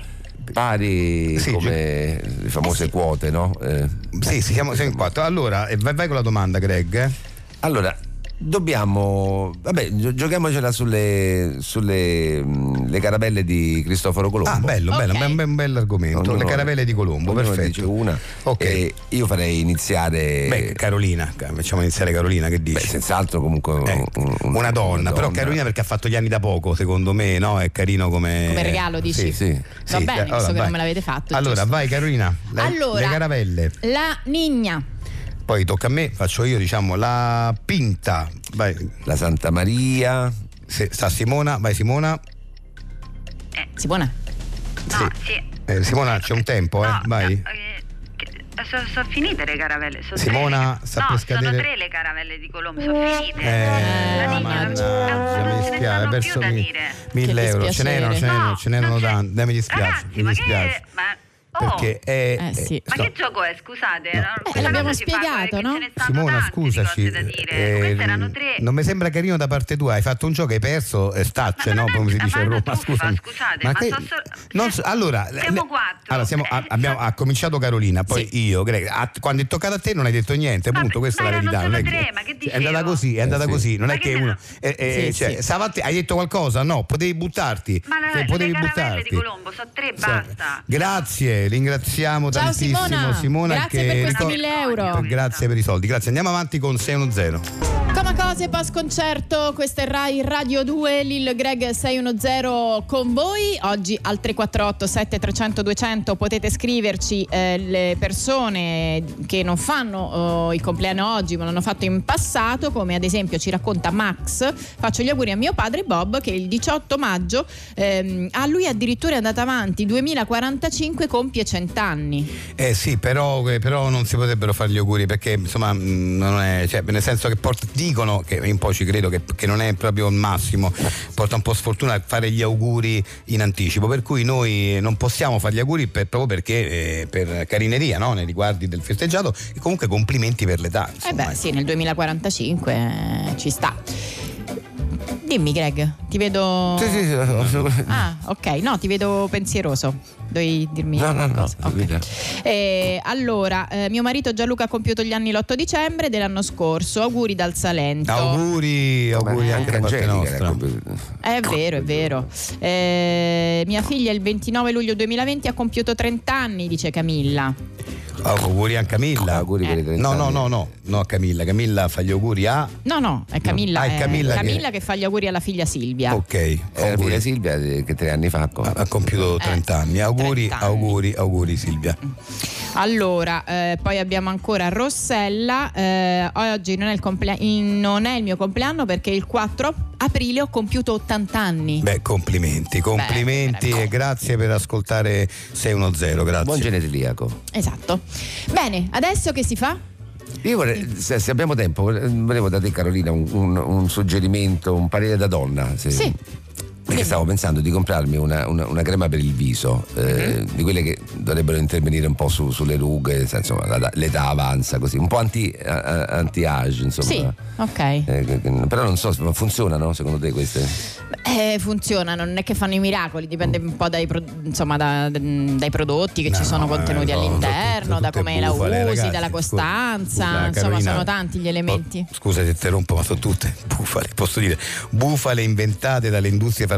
Speaker 6: Sì.
Speaker 5: pari
Speaker 4: Sì,
Speaker 5: come le famose quote, no? Eh,
Speaker 4: Sì, sì, siamo, siamo in quattro. Allora, eh, vai, vai con la domanda, Greg. eh.
Speaker 5: Allora, Dobbiamo, vabbè, gio- giochiamocela sulle, sulle mh, le carabelle di Cristoforo Colombo.
Speaker 4: Ah, bello, bello,
Speaker 3: Ok.
Speaker 4: un bel, un bel argomento.
Speaker 5: Ognuno-
Speaker 4: Le caravelle di Colombo,
Speaker 5: ognuno
Speaker 4: perfetto.
Speaker 5: dice una.
Speaker 4: Ok.
Speaker 5: E io farei iniziare.
Speaker 4: Beh, Carolina, ca- facciamo iniziare Carolina, che
Speaker 5: Beh,
Speaker 4: dici?
Speaker 5: senz'altro comunque un-
Speaker 4: Eh,
Speaker 5: un-
Speaker 4: una donna, però Carolina perché ha fatto gli anni da poco, secondo me, no? È carino come.
Speaker 3: Come regalo, dici?
Speaker 4: Sì, sì.
Speaker 3: Va
Speaker 4: Sì,
Speaker 3: bene,
Speaker 4: eh,
Speaker 3: visto che non me l'avete fatto, è
Speaker 4: Allora,
Speaker 3: giusto.
Speaker 4: vai Carolina. Le,
Speaker 3: Allora,
Speaker 4: le caravelle.
Speaker 3: La nigna.
Speaker 4: Poi tocca a me, faccio io, diciamo, la pinta. Vai.
Speaker 5: La Santa Maria.
Speaker 4: Se- sta Simona, vai Simona.
Speaker 3: Si buona?
Speaker 6: No, sì.
Speaker 4: Eh, Simona, c'è un tempo, eh?
Speaker 6: No,
Speaker 4: Vai.
Speaker 6: no, eh, che- Sono sono finite le caravelle. sono
Speaker 4: Simona,
Speaker 6: tre.
Speaker 4: sa
Speaker 6: no,
Speaker 4: pescadere-
Speaker 6: sono tre le caravelle di Colombo, sono finite.
Speaker 4: Eh,
Speaker 6: La nigna, non-
Speaker 4: mannaggia,
Speaker 6: non
Speaker 4: mi
Speaker 6: ce ne
Speaker 4: dispiace,
Speaker 6: stanno
Speaker 4: ho
Speaker 6: più
Speaker 4: perso
Speaker 6: da
Speaker 4: mille-
Speaker 6: dire.
Speaker 4: mille
Speaker 3: Che
Speaker 4: euro, ce n'erano, ce
Speaker 3: dispiacere.
Speaker 4: n'erano,
Speaker 6: No,
Speaker 4: ce n'erano
Speaker 6: non c'è-
Speaker 4: tanti, eh, mi dispiace,
Speaker 6: Ragazzi,
Speaker 4: mi
Speaker 6: ma
Speaker 4: dispiace.
Speaker 6: Che, ma, oh,
Speaker 4: Perché è...
Speaker 3: Eh, sì.
Speaker 4: eh,
Speaker 6: ma
Speaker 4: sto- Eh,
Speaker 6: che gioco è? Scusate, no, questa
Speaker 3: l'abbiamo
Speaker 6: cosa si fa
Speaker 3: spiegato,
Speaker 6: perché
Speaker 3: no?
Speaker 6: ce ne stanno
Speaker 4: Simona,
Speaker 6: tante di
Speaker 4: scusaci,
Speaker 6: cose da dire.
Speaker 4: eh,
Speaker 6: Queste erano tre.
Speaker 4: non mi sembra carino da parte tua. Hai fatto un gioco, hai perso, e stacce,
Speaker 6: Ma
Speaker 4: no?
Speaker 6: non è-
Speaker 4: Come si
Speaker 6: ma
Speaker 4: dice a
Speaker 6: è una
Speaker 4: Roma,
Speaker 6: truffa,
Speaker 4: scusami.
Speaker 6: scusate, ma so solo-
Speaker 4: non so- allora,
Speaker 6: Siamo quattro.
Speaker 4: Allora, siamo- a-
Speaker 6: Eh,
Speaker 4: abbiamo, ha cominciato Carolina, poi io, Greg. A- quando è toccato a te, non hai detto niente.
Speaker 6: Vabbè,
Speaker 4: Punto, questa è
Speaker 6: ma
Speaker 4: la
Speaker 6: erano
Speaker 4: verità. Non è,
Speaker 6: solo
Speaker 4: che-
Speaker 6: tre, ma che
Speaker 4: cioè, è andata
Speaker 6: dicevo?
Speaker 4: così, è
Speaker 5: Eh,
Speaker 4: andata
Speaker 5: sì.
Speaker 4: così. Non
Speaker 6: Ma
Speaker 4: è
Speaker 6: che
Speaker 4: che
Speaker 6: ne-
Speaker 4: uno. eh, eh,
Speaker 3: Sì,
Speaker 4: cioè,
Speaker 3: sì.
Speaker 4: stava att- hai detto qualcosa? No, potevi buttarti.
Speaker 6: Ma la-
Speaker 4: Eh,
Speaker 6: le
Speaker 4: potevi
Speaker 6: caramelle
Speaker 4: buttarti.
Speaker 6: di Colombo, so tre,
Speaker 4: Sì.
Speaker 6: basta.
Speaker 4: Grazie, ringraziamo
Speaker 3: Ciao
Speaker 4: tantissimo
Speaker 3: Simona. Grazie
Speaker 4: che
Speaker 3: per questi
Speaker 4: ricor-
Speaker 6: Ecco,
Speaker 3: 1000 euro.
Speaker 4: Grazie per i soldi, grazie. Andiamo avanti con 610.
Speaker 3: Coma cose, post concerto, questo è Rai Radio 2, Lil Greg 610 con voi. Oggi al 348 7300 200 potete scriverci eh, le persone che non fanno eh, il compleanno oggi ma l'hanno fatto in passato, come ad esempio ci racconta Max, faccio gli auguri a mio padre Bob che il 18 maggio ehm, a lui addirittura è andata avanti 2045 compie 100 anni.
Speaker 4: Eh sì, però, eh, però non si potrebbero fare gli auguri perché insomma mh, non è, cioè, nel senso che porta- dicono che un po' ci credo che, che non è proprio il massimo, porta un po' sfortuna fare gli auguri in anticipo, per cui noi non possiamo fare gli auguri per- proprio perché eh, per carineria no? nei riguardi del festeggiato e comunque complimenti per l'età.
Speaker 3: Eh
Speaker 4: insomma,
Speaker 3: beh, sì, nel 2045 eh, ci sta. Dimmi, Greg, ti vedo.
Speaker 4: Oh.
Speaker 5: Sì, sì, sì,
Speaker 3: Ah, ok, no, ti vedo pensieroso. Devi dirmi.
Speaker 5: No, no, no,
Speaker 3: qualcosa. Ok.
Speaker 5: tranquilla.
Speaker 3: Eh, allora, eh, mio marito Gianluca ha compiuto gli anni l'8 dicembre dell'anno scorso. Auguri dal Salento.
Speaker 4: Auguri, auguri
Speaker 5: Ma
Speaker 4: anche da parte
Speaker 5: Angelica ecco, era
Speaker 4: nostra.
Speaker 5: proprio-
Speaker 3: È vero, è vero. Eh, mia figlia il 29 luglio 2020 ha compiuto 30 anni, dice Camilla.
Speaker 4: Auguri a Camilla.
Speaker 5: Auguri per i 30
Speaker 4: Eh. No, no,
Speaker 5: anni.
Speaker 4: no, no, no, a Camilla. Camilla fa gli auguri a.
Speaker 3: No, no, è Camilla.
Speaker 4: Ah, è
Speaker 3: eh,
Speaker 4: Camilla che-
Speaker 3: che fa gli auguri alla figlia Silvia.
Speaker 4: Ok, eh,
Speaker 5: Era
Speaker 4: auguri.
Speaker 5: figlia Silvia eh, che tre anni fa. co-
Speaker 4: Ah, Ha ha compiuto 30 anni. Auguri,
Speaker 3: 30 anni.
Speaker 4: auguri, auguri Silvia.
Speaker 3: Allora, eh, poi abbiamo ancora Rossella. eh, oggi non è, il complea- in- non è il mio compleanno perché il 4 aprile ho compiuto 80 anni.
Speaker 4: Beh, complimenti, complimenti
Speaker 3: veramente.
Speaker 4: e grazie per ascoltare 610, grazie.
Speaker 5: Buon genetiliaco.
Speaker 3: Esatto. Bene, adesso che si fa?
Speaker 5: Io vorrei, se, se abbiamo tempo, vole- volevo da te Carolina un, un- un suggerimento, un parere da donna. se-
Speaker 3: Sì.
Speaker 5: Perché stavo pensando di comprarmi una, una- una crema per il viso, eh,
Speaker 3: Mhm.
Speaker 5: di quelle che dovrebbero intervenire un po' su- sulle rughe, nel senso, la- la- l'età avanza così, un po' anti, a- a- anti-age, insomma.
Speaker 3: Sì, ok.
Speaker 5: Eh, che- che- però non so, ma funzionano secondo te queste?
Speaker 3: Eh, funziona, non è che fanno i miracoli, dipende un po' dai, pro- insomma, da- mm, dai prodotti che ci
Speaker 4: No,
Speaker 3: sono
Speaker 4: eh,
Speaker 3: contenuti
Speaker 4: no,
Speaker 3: all'interno,
Speaker 4: sono tutte-
Speaker 3: da come la usi,
Speaker 4: bufale, ragazzi,
Speaker 3: dalla
Speaker 4: scusa.
Speaker 3: costanza,
Speaker 4: Scusa,
Speaker 3: insomma
Speaker 4: Carolina,
Speaker 3: sono tanti gli elementi.
Speaker 4: po- scusa se interrompo, ma sono tutte (laughs) bufale, posso dire, bufale inventate dalle industrie farmaceutiche.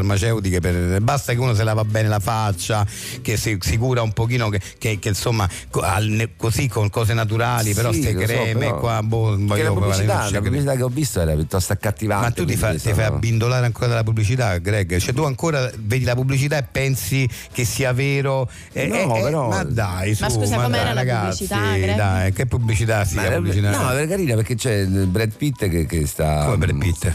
Speaker 4: per- basta che uno si lava bene la faccia, che si, si cura un pochino, che, che- che, insomma co- al- ne- così con cose naturali, però
Speaker 5: Sì,
Speaker 4: queste
Speaker 5: lo so,
Speaker 4: creme
Speaker 5: però-
Speaker 4: qua, boh,
Speaker 5: Perché
Speaker 4: voglio
Speaker 5: la
Speaker 4: non
Speaker 5: pubblicità,
Speaker 4: ci
Speaker 5: la
Speaker 4: credo.
Speaker 5: pubblicità che ho visto era piuttosto accattivante.
Speaker 4: Ma tu ti, fa-
Speaker 5: quindi
Speaker 4: ti fai
Speaker 5: sono-
Speaker 4: abbindolare ancora dalla pubblicità, Greg? Cioè, tu ancora vedi la pubblicità e pensi che sia vero? Eh,
Speaker 5: No,
Speaker 4: eh, eh,
Speaker 5: però-
Speaker 4: Ma dai, su,
Speaker 3: Ma scusa, com'era
Speaker 4: dai,
Speaker 3: la
Speaker 4: ragazzi,
Speaker 3: pubblicità, Greg?
Speaker 4: Dai, che pubblicità sia?
Speaker 5: Ma era-
Speaker 4: pubblicità?
Speaker 5: no, era carina perché c'è il Brad Pitt che, che sta. mm,
Speaker 4: Come Brad Pitt?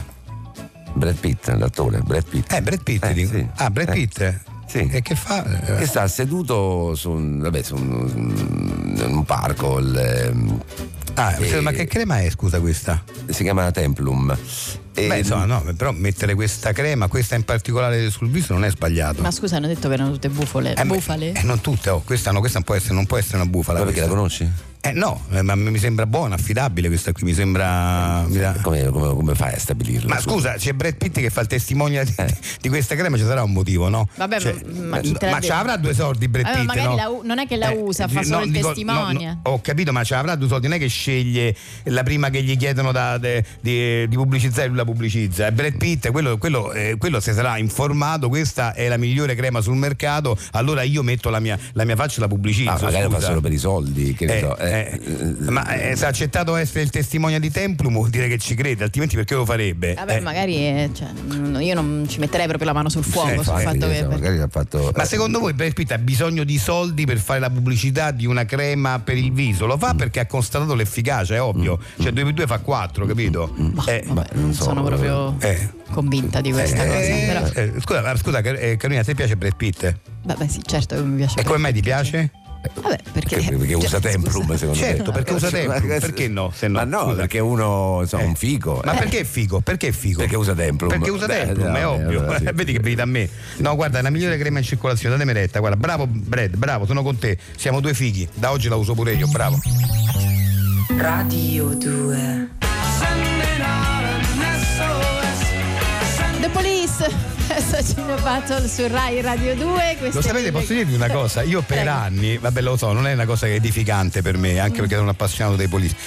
Speaker 5: Brad Pitt, l'attore, Brad Pitt.
Speaker 4: Eh, Brad Pitt,
Speaker 5: Eh,
Speaker 4: dico.
Speaker 5: sì.
Speaker 4: Ah, Brad
Speaker 5: Eh,
Speaker 4: Pitt?
Speaker 5: sì.
Speaker 4: E che fa?
Speaker 5: Che sta seduto su un, vabbè, su un, in un parco, il, ehm,
Speaker 4: Ah,
Speaker 5: Eh,
Speaker 4: ma che crema è, scusa, questa?
Speaker 5: si chiama Templum. E-
Speaker 4: Beh, insomma, no, però mettere questa crema, questa in particolare sul viso, non è sbagliato.
Speaker 3: Ma scusa, hanno detto che erano tutte bufole.
Speaker 4: Eh, ma-
Speaker 3: bufale?
Speaker 4: eh, non tutte, oh, questa, no, questa non può essere, non può essere una bufala.
Speaker 5: Ma perché la
Speaker 4: questa.
Speaker 5: conosci?
Speaker 4: Eh no, eh, ma mi sembra buona, affidabile questa qui, mi sembra... mi sa-
Speaker 5: Come, come- come fai a stabilirlo?
Speaker 4: Ma scusa, c'è Brad Pitt che fa il testimonial di,
Speaker 5: Eh.
Speaker 4: di questa crema, ci sarà un motivo, no?
Speaker 3: Vabbè,
Speaker 4: Cioè,
Speaker 3: ma- ma
Speaker 4: eh,
Speaker 3: chi te l'ha
Speaker 4: ma
Speaker 3: detto?
Speaker 4: ce avrà due soldi Brad
Speaker 3: Eh,
Speaker 4: Pitt,
Speaker 3: magari
Speaker 4: no?
Speaker 3: la u- non è che la usa, fa
Speaker 4: gi-
Speaker 3: solo il
Speaker 4: dico,
Speaker 3: testimonial.
Speaker 4: ho capito, ma ce avrà due soldi, non è che sceglie la prima che gli chiedono da- de- di, di pubblicizzare e lui la pubblicizza. È Brad Pitt, quello, quello, eh, quello se sarà informato, questa è la migliore crema sul mercato, allora io metto la mia, la mia faccia e la pubblicizzo.
Speaker 5: Ah, magari lo fa
Speaker 4: scusa.
Speaker 5: solo per i soldi, che ne
Speaker 4: Eh,
Speaker 5: so. eh.
Speaker 4: eh, ma eh, se ha accettato essere il testimone di Templum vuol dire che ci crede, altrimenti perché lo farebbe?
Speaker 3: Vabbè,
Speaker 4: Eh.
Speaker 3: magari eh, cioè, mm, io non ci metterei proprio la mano sul fuoco
Speaker 4: Eh,
Speaker 3: sul
Speaker 5: Infatti,
Speaker 3: fatto
Speaker 5: che ne
Speaker 3: che.
Speaker 5: so, magari ha fatto. eh,
Speaker 4: Ma secondo voi Brad Pitt ha bisogno di soldi per fare la pubblicità di una crema per il viso? Lo fa perché ha constatato l'efficacia, è ovvio. Cioè 2 più 2 fa 4, capito?
Speaker 3: Mm,
Speaker 4: Eh,
Speaker 3: Boh, Vabbè, non
Speaker 5: so,
Speaker 3: sono proprio
Speaker 4: eh.
Speaker 3: convinta di
Speaker 4: eh,
Speaker 3: questa cosa.
Speaker 4: eh,
Speaker 3: Però,
Speaker 4: eh, scusa, ma scusa Car- eh, Carolina, a te piace Brad Pitt? E
Speaker 3: vabbè, sì, certo che mi piace.
Speaker 4: come mai ti piace?
Speaker 3: Vabbè, perché,
Speaker 5: Perché, perché
Speaker 3: cioè,
Speaker 5: usa
Speaker 3: scusa.
Speaker 5: Templum, secondo me.
Speaker 4: Certo, perché usa Templum, perché no, se no,
Speaker 5: Ma no,
Speaker 4: scusa.
Speaker 5: perché uno, insomma, un figo.
Speaker 4: Ma
Speaker 5: eh.
Speaker 4: perché è figo? Perché è figo?
Speaker 5: Perché usa Templum.
Speaker 4: Perché usa
Speaker 5: Beh,
Speaker 4: Templum,
Speaker 5: no,
Speaker 4: è
Speaker 5: eh,
Speaker 4: ovvio.
Speaker 5: allora sì.
Speaker 4: (laughs) Vedi che venite a me. No, guarda, è la migliore crema in circolazione, datemi retta. Guarda, bravo Brad, bravo, sono con te. Siamo due fighi. Da oggi la uso pure io, bravo.
Speaker 1: Radio 2.
Speaker 3: The Police, (laughs) Sacino Battle su Rai Radio 2. queste
Speaker 4: Lo sapete,
Speaker 3: mille-
Speaker 4: posso
Speaker 3: (laughs)
Speaker 4: dirvi una cosa? Io per
Speaker 3: Prego. Mm.
Speaker 4: anni, vabbè lo so, non è una cosa che è edificante per me, anche perché sono un appassionato dei polizia.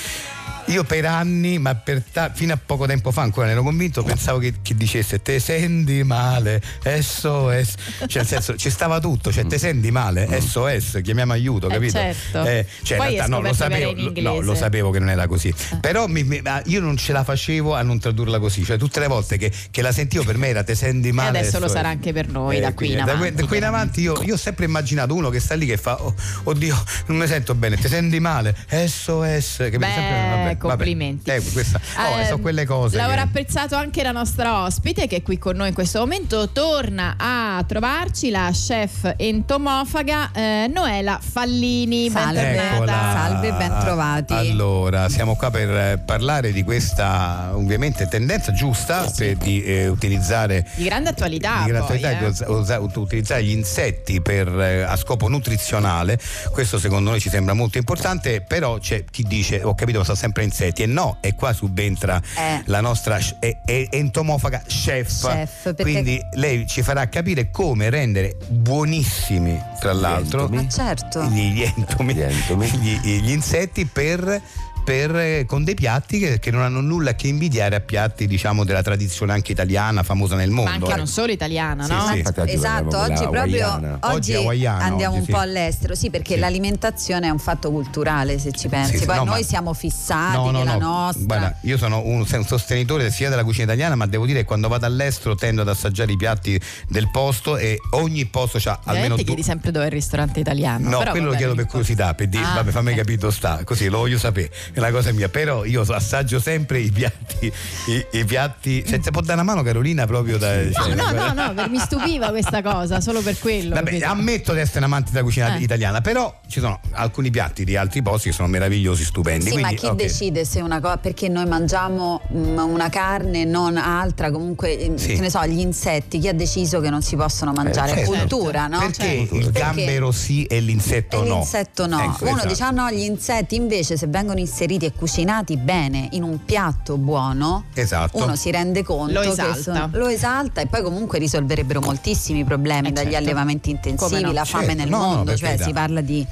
Speaker 4: Io per anni, ma per ta- fino a poco tempo fa ancora ne ero convinto, pensavo che, che dicesse te senti male, SOS. Cioè, nel senso, ci stava tutto, cioè te senti male, SOS, chiamiamo aiuto,
Speaker 3: Mm. Eh,
Speaker 4: capito?
Speaker 3: certo.
Speaker 4: cioè,
Speaker 3: Poi
Speaker 4: in realtà
Speaker 3: hai
Speaker 4: no,
Speaker 3: scoperto che
Speaker 4: lo sapevo,
Speaker 3: era in
Speaker 4: lo- no, lo
Speaker 3: inglese.
Speaker 4: sapevo che non era così.
Speaker 3: Eh.
Speaker 4: Però mi- mi- ma io non ce la facevo a non tradurla così. Cioè, tutte le volte che, che la sentivo per me era te senti
Speaker 3: E
Speaker 4: male.
Speaker 3: adesso lo
Speaker 4: SOS".
Speaker 3: sarà anche per noi
Speaker 4: Eh,
Speaker 3: da qui in
Speaker 4: quindi,
Speaker 3: avanti.
Speaker 4: da qui in avanti io, io ho sempre immaginato uno che sta lì che fa "Oh, oddio non mi sento bene ti senti male SOS che
Speaker 3: Beh, complimenti.
Speaker 4: eh, questa, oh,
Speaker 3: Eh,
Speaker 4: sono quelle cose
Speaker 3: L'avrà
Speaker 4: che-
Speaker 3: apprezzato anche la nostra ospite che è qui con noi in questo momento. Torna a trovarci la chef entomofaga eh, Noela Fallini.
Speaker 7: Salve.
Speaker 3: Bentornata.
Speaker 4: Eccola.
Speaker 7: Salve, ben trovati.
Speaker 4: Allora, siamo qua per eh, parlare di questa ovviamente tendenza giusta per- di eh, utilizzare
Speaker 3: Di grande attualità.
Speaker 4: di grande
Speaker 3: poi,
Speaker 4: attualità,
Speaker 3: eh.
Speaker 4: di usa- ut- utilizzare gli insetti per, eh, a scopo nutrizionale. Questo secondo noi ci sembra molto importante, però c'è chi dice ho capito ma sono sempre insetti e no, e qua subentra
Speaker 7: Eh.
Speaker 4: la nostra sh- e- e- entomofaga chef.
Speaker 7: Chef, perché-
Speaker 4: Quindi lei ci farà capire come rendere buonissimi, tra l'altro,
Speaker 7: Ma certo.
Speaker 3: Esatto.
Speaker 4: gli, gli entomi,
Speaker 5: Gli entomi.
Speaker 4: (laughs) gli- gli insetti per, per, eh, con dei piatti che, che non hanno nulla che invidiare a piatti diciamo della tradizione anche italiana famosa nel mondo
Speaker 3: Ma anche
Speaker 4: ecco.
Speaker 3: non solo italiana,
Speaker 4: Sì,
Speaker 3: no?
Speaker 4: sì.
Speaker 5: Infatti oggi
Speaker 7: Esatto,
Speaker 5: parliamo
Speaker 7: oggi
Speaker 5: della
Speaker 7: proprio
Speaker 5: hawaiana.
Speaker 4: Oggi
Speaker 7: oggi
Speaker 4: è hawaiana,
Speaker 7: andiamo
Speaker 4: oggi,
Speaker 7: un
Speaker 4: sì.
Speaker 7: po' all'estero, sì, perché
Speaker 4: Sì.
Speaker 7: l'alimentazione è un fatto culturale se ci pensi.
Speaker 4: Sì, sì,
Speaker 7: Poi
Speaker 4: no,
Speaker 7: noi
Speaker 4: ma-
Speaker 7: siamo fissati
Speaker 4: No, no,
Speaker 7: della
Speaker 4: no.
Speaker 7: nostra.
Speaker 4: Guarda, io sono un, un sostenitore sia della cucina italiana, ma devo dire che quando vado all'estero tendo ad assaggiare i piatti del posto e ogni posto ha almeno
Speaker 3: Ovviamente
Speaker 4: due.
Speaker 3: chiedi sempre dove è il ristorante italiano.
Speaker 4: No,
Speaker 3: però
Speaker 4: quello lo
Speaker 3: vabbè,
Speaker 4: chiedo
Speaker 3: non
Speaker 4: per
Speaker 3: importa.
Speaker 4: curiosità, per dire,
Speaker 3: Ah,
Speaker 4: vabbè, fammi
Speaker 3: ok.
Speaker 4: capito sta, così lo voglio sapere, è una cosa mia, però io assaggio sempre i piatti, i, i piatti, se ti può dare una mano Carolina proprio da... cioè,
Speaker 3: (laughs) Mm. No,
Speaker 4: guarda-
Speaker 3: no, no, per- mi stupiva
Speaker 4: (laughs)
Speaker 3: questa cosa, solo per quello.
Speaker 4: Vabbè,
Speaker 3: capito?
Speaker 4: ammetto di essere un amante della cucina
Speaker 3: Eh.
Speaker 4: italiana, però ci sono alcuni piatti di altri posti che sono meravigliosi, stupendi.
Speaker 7: Sì,
Speaker 4: quindi,
Speaker 7: Eh, ma chi
Speaker 4: ok.
Speaker 7: decide se una cosa perché noi mangiamo mm, una carne e non altra, comunque eh,
Speaker 4: Sì.
Speaker 7: che ne so, gli insetti, chi ha deciso che non si possono mangiare?
Speaker 4: certo.
Speaker 7: Cultura, no?
Speaker 4: Perché
Speaker 7: Cioè,
Speaker 4: il
Speaker 7: perché-
Speaker 4: gambero sì e l'insetto
Speaker 7: e
Speaker 4: no?
Speaker 7: l'insetto no.
Speaker 4: Ecco,
Speaker 7: Uno
Speaker 4: esatto.
Speaker 7: dice ah no, gli insetti invece se vengono inseriti e cucinati bene in un piatto buono,
Speaker 4: Esatto.
Speaker 7: uno si rende conto
Speaker 3: Lo
Speaker 7: che
Speaker 3: esalta.
Speaker 7: lo esalta e poi comunque risolverebbero moltissimi problemi
Speaker 3: Eh,
Speaker 7: dagli
Speaker 3: certo.
Speaker 7: allevamenti intensivi,
Speaker 3: Come no?
Speaker 7: la fame
Speaker 4: Certo,
Speaker 7: nel
Speaker 4: no, no,
Speaker 7: mondo,
Speaker 4: per
Speaker 7: cioè
Speaker 4: carità.
Speaker 7: si parla di... eh,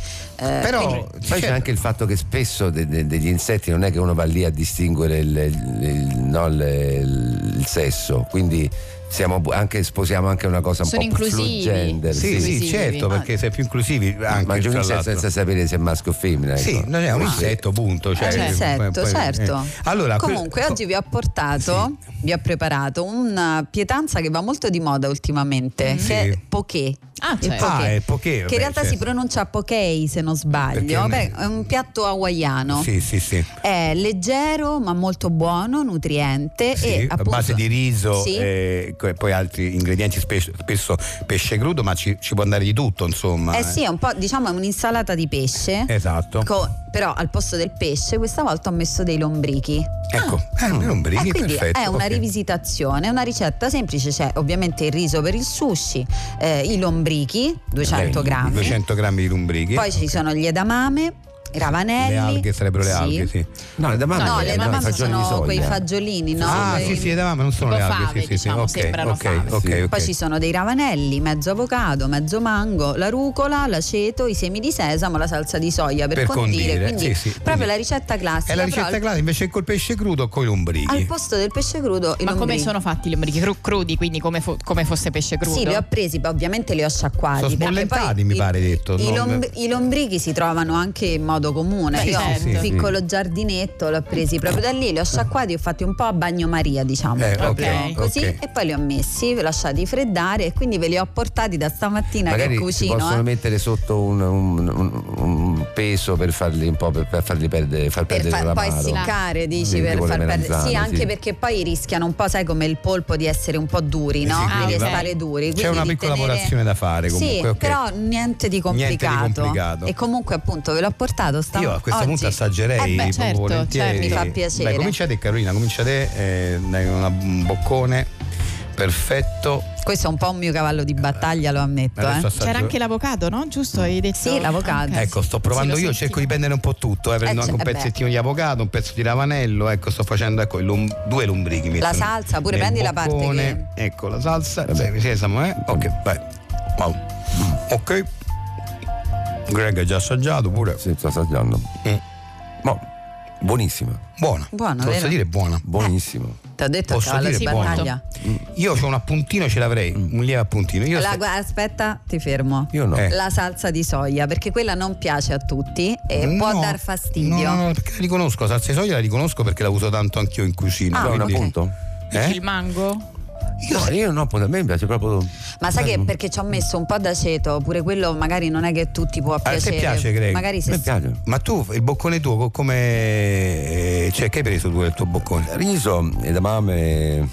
Speaker 4: Però
Speaker 5: Poi c'è anche il fatto che spesso de- de- degli insetti non è che uno va lì a distinguere il, il- il- no, il- il sesso, quindi siamo bu- anche, sposiamo anche una cosa un
Speaker 3: Sono
Speaker 5: po'
Speaker 3: inclusivi.
Speaker 5: fluggender.
Speaker 4: Sì, sì,
Speaker 3: inclusivi.
Speaker 4: certo,
Speaker 3: Ah.
Speaker 4: perché sei più inclusivi anche
Speaker 5: Mangi un
Speaker 4: tra
Speaker 5: insetto
Speaker 4: l'altro.
Speaker 5: senza sapere se è maschio o femmina.
Speaker 4: Sì,
Speaker 5: ecco.
Speaker 4: non è un
Speaker 5: Quindi-
Speaker 4: insetto, punto. Cioè,
Speaker 7: Eh,
Speaker 4: poi-
Speaker 7: certo,
Speaker 4: poi-
Speaker 7: certo.
Speaker 4: eh. Allora, que-
Speaker 7: Comunque,
Speaker 4: co-
Speaker 7: oggi vi ho portato, vi ho preparato una pietanza che va molto di moda ultimamente, che
Speaker 4: Mm. Sì.
Speaker 7: è poké.
Speaker 3: Ah,
Speaker 7: Il
Speaker 3: certo.
Speaker 4: Ah, è poké,
Speaker 7: Che
Speaker 4: vabbè,
Speaker 7: in realtà
Speaker 4: certo.
Speaker 7: si pronuncia pokei se non sbaglio.
Speaker 4: Perché-
Speaker 7: Beh, è un piatto hawaiano.
Speaker 4: Sì, sì, sì.
Speaker 7: È leggero ma molto buono, nutriente
Speaker 4: Sì,
Speaker 7: e
Speaker 4: a
Speaker 7: appunto,
Speaker 4: base di riso
Speaker 7: Sì.
Speaker 4: e co- poi altri ingredienti, spe- spesso pesce crudo, ma ci, ci può andare di tutto, insomma.
Speaker 7: eh sì, Ecco. è un po' diciamo è un'insalata di pesce.
Speaker 4: Esatto.
Speaker 7: Co- però al posto del pesce questa volta ho messo dei lombrichi.
Speaker 4: ecco, eh, lombrichi,
Speaker 7: Eh, quindi
Speaker 4: perfetto.
Speaker 7: è una
Speaker 4: ok.
Speaker 7: rivisitazione, è una ricetta semplice, c'è ovviamente il riso per il sushi, eh, i lombrichi 200
Speaker 4: Ok,
Speaker 7: grammi,
Speaker 4: 200 grammi di lombrichi.
Speaker 7: poi ci sono gli edamame, I ravanelli.
Speaker 4: Le alghe sarebbero le
Speaker 7: Sì.
Speaker 4: alghe, Ah, sì.
Speaker 5: No, le damane,
Speaker 7: No,
Speaker 5: eh,
Speaker 7: le
Speaker 5: no, i
Speaker 7: damanze
Speaker 5: fagioli di
Speaker 7: sono
Speaker 5: soia.
Speaker 7: quei fagiolini, no?
Speaker 4: ah,
Speaker 7: Quei-
Speaker 4: sì, sì, le davamo, non sono
Speaker 3: tipo
Speaker 4: le alghe,
Speaker 3: fave,
Speaker 4: sì, sì,
Speaker 3: diciamo,
Speaker 4: sì. Ok,
Speaker 3: sembrano
Speaker 4: ok,
Speaker 3: fave,
Speaker 4: ok,
Speaker 5: sì.
Speaker 4: ok.
Speaker 7: Poi ci sono dei ravanelli, mezzo avocado, mezzo mango, la rucola, l'aceto, i semi di sesamo, la salsa di soia per,
Speaker 4: Per condire, sì,
Speaker 7: Quindi
Speaker 4: sì,
Speaker 7: proprio
Speaker 4: quindi-
Speaker 7: la ricetta classica.
Speaker 4: È la
Speaker 7: però al-
Speaker 4: ricetta classica invece col pesce crudo Eh, con i
Speaker 7: Al
Speaker 4: lombrichi.
Speaker 7: posto del pesce crudo, i
Speaker 3: Ma come
Speaker 7: lombrichi.
Speaker 3: sono fatti i lombrichi Cru- crudi, quindi come, fo- come fosse pesce crudo?
Speaker 7: Sì, li ho presi, poi ovviamente li ho sciacquati.
Speaker 4: Sono
Speaker 7: perché poi
Speaker 4: sbollentati, mi
Speaker 7: i-
Speaker 4: pare detto,
Speaker 7: I,
Speaker 4: non-
Speaker 7: lomb- i lombrichi si trovano anche in modo comune.
Speaker 3: Beh,
Speaker 7: Io
Speaker 3: certo.
Speaker 7: ho
Speaker 3: Sì,
Speaker 7: un
Speaker 3: sì.
Speaker 7: piccolo giardinetto, l'ho presi proprio da lì, li ho sciacquati, li ho fatti un po' a bagnomaria, diciamo.
Speaker 4: Eh,
Speaker 7: proprio
Speaker 3: ok,
Speaker 7: così.
Speaker 4: ok.
Speaker 7: E poi li ho messi, li ho lasciati freddare e quindi ve li ho portati da stamattina
Speaker 5: Magari
Speaker 7: che
Speaker 5: si
Speaker 7: cucino.
Speaker 5: possono
Speaker 7: eh.
Speaker 5: mettere sotto un, un- un- un peso per farli un po' per, per farli perdere, far
Speaker 7: Per
Speaker 5: perdere
Speaker 7: far, poi
Speaker 5: l'amaro.
Speaker 7: essiccare, dici,
Speaker 5: Sì,
Speaker 7: per
Speaker 5: tipo le
Speaker 7: far perdere.
Speaker 5: melanzane,
Speaker 7: Sì, anche
Speaker 5: sì.
Speaker 7: perché poi rischiano un po', sai, come il polpo di essere un po' duri, no?
Speaker 4: Eh sì,
Speaker 7: Di
Speaker 4: quindi va-
Speaker 7: restare duri.
Speaker 4: C'è
Speaker 7: quindi
Speaker 4: una
Speaker 7: di
Speaker 4: piccola
Speaker 7: tenere-
Speaker 4: lavorazione da fare comunque.
Speaker 7: Sì,
Speaker 4: ok.
Speaker 7: però niente
Speaker 4: Niente
Speaker 7: di complicato.
Speaker 4: di complicato.
Speaker 7: E comunque appunto ve l'ho portato sta
Speaker 4: Io a questo
Speaker 7: oggi.
Speaker 4: punto assaggerei
Speaker 3: Eh beh,
Speaker 4: proprio
Speaker 3: certo,
Speaker 4: volentieri.
Speaker 3: certo.
Speaker 7: Mi fa piacere.
Speaker 4: Dai, cominciate Carolina, cominciate eh, dai una- un boccone perfetto.
Speaker 7: Questo è un po' un mio cavallo di battaglia, lo ammetto.
Speaker 4: Eh, Adesso
Speaker 7: eh.
Speaker 4: assaggio-
Speaker 3: C'era anche l'avvocato, no? Giusto? Hai detto?
Speaker 7: Sì, l'avocado.
Speaker 3: Ok.
Speaker 4: Ecco, sto provando
Speaker 3: Sì, lo
Speaker 4: io,
Speaker 3: sentivo.
Speaker 4: cerco di prendere un po' tutto, eh, prendo
Speaker 7: Eh,
Speaker 4: anche un
Speaker 7: cioè, eh, beh.
Speaker 4: pezzettino di avocado, un pezzo di ravanello, ecco, sto facendo ecco, il lom- due lombrichi. metto nel-
Speaker 7: salsa, pure
Speaker 4: nel
Speaker 7: prendi la parte
Speaker 4: boccone. Ecco, la salsa, semi, sesamo, eh. Ok, vai. Wow. Ok. Greg ha già assaggiato pure.
Speaker 5: Sì, sto assaggiando.
Speaker 4: Mm.
Speaker 5: Boh, buonissima,
Speaker 4: Buona.
Speaker 7: Buona,
Speaker 4: Posso
Speaker 7: vero?
Speaker 4: dire buona.
Speaker 5: buonissimo.
Speaker 7: eh. Ti ho detto il
Speaker 4: Posso
Speaker 7: cavallo
Speaker 4: dire
Speaker 7: di
Speaker 4: buono?
Speaker 7: battaglia.
Speaker 4: Io ho un appuntino, ce l'avrei, un lieve appuntino. Io
Speaker 7: Mm. La-
Speaker 4: se-
Speaker 7: gua- aspetta, ti fermo.
Speaker 5: Io no.
Speaker 4: Eh.
Speaker 7: La salsa di soia, perché quella non piace a tutti e
Speaker 4: No,
Speaker 7: può dar fastidio.
Speaker 4: No, no, no, perché la riconosco, la salsa di soia la riconosco perché la uso tanto anch'io in cucina.
Speaker 7: Ah,
Speaker 5: Però è un
Speaker 4: quindi-
Speaker 5: appunto.
Speaker 3: Dici
Speaker 4: Eh?
Speaker 3: Il mango?
Speaker 5: Io, no, io no, a me piace proprio.
Speaker 7: Ma sai che perché ci ho messo un po' d'aceto, pure quello magari non è che a tutti può
Speaker 4: te
Speaker 7: piacere.
Speaker 4: piace, Greg?
Speaker 7: Magari
Speaker 5: mi
Speaker 7: se
Speaker 5: piace.
Speaker 4: Ma tu, il boccone tuo, co- come... Cioè, che hai preso tu del tuo boccone?
Speaker 5: Riso, edamame,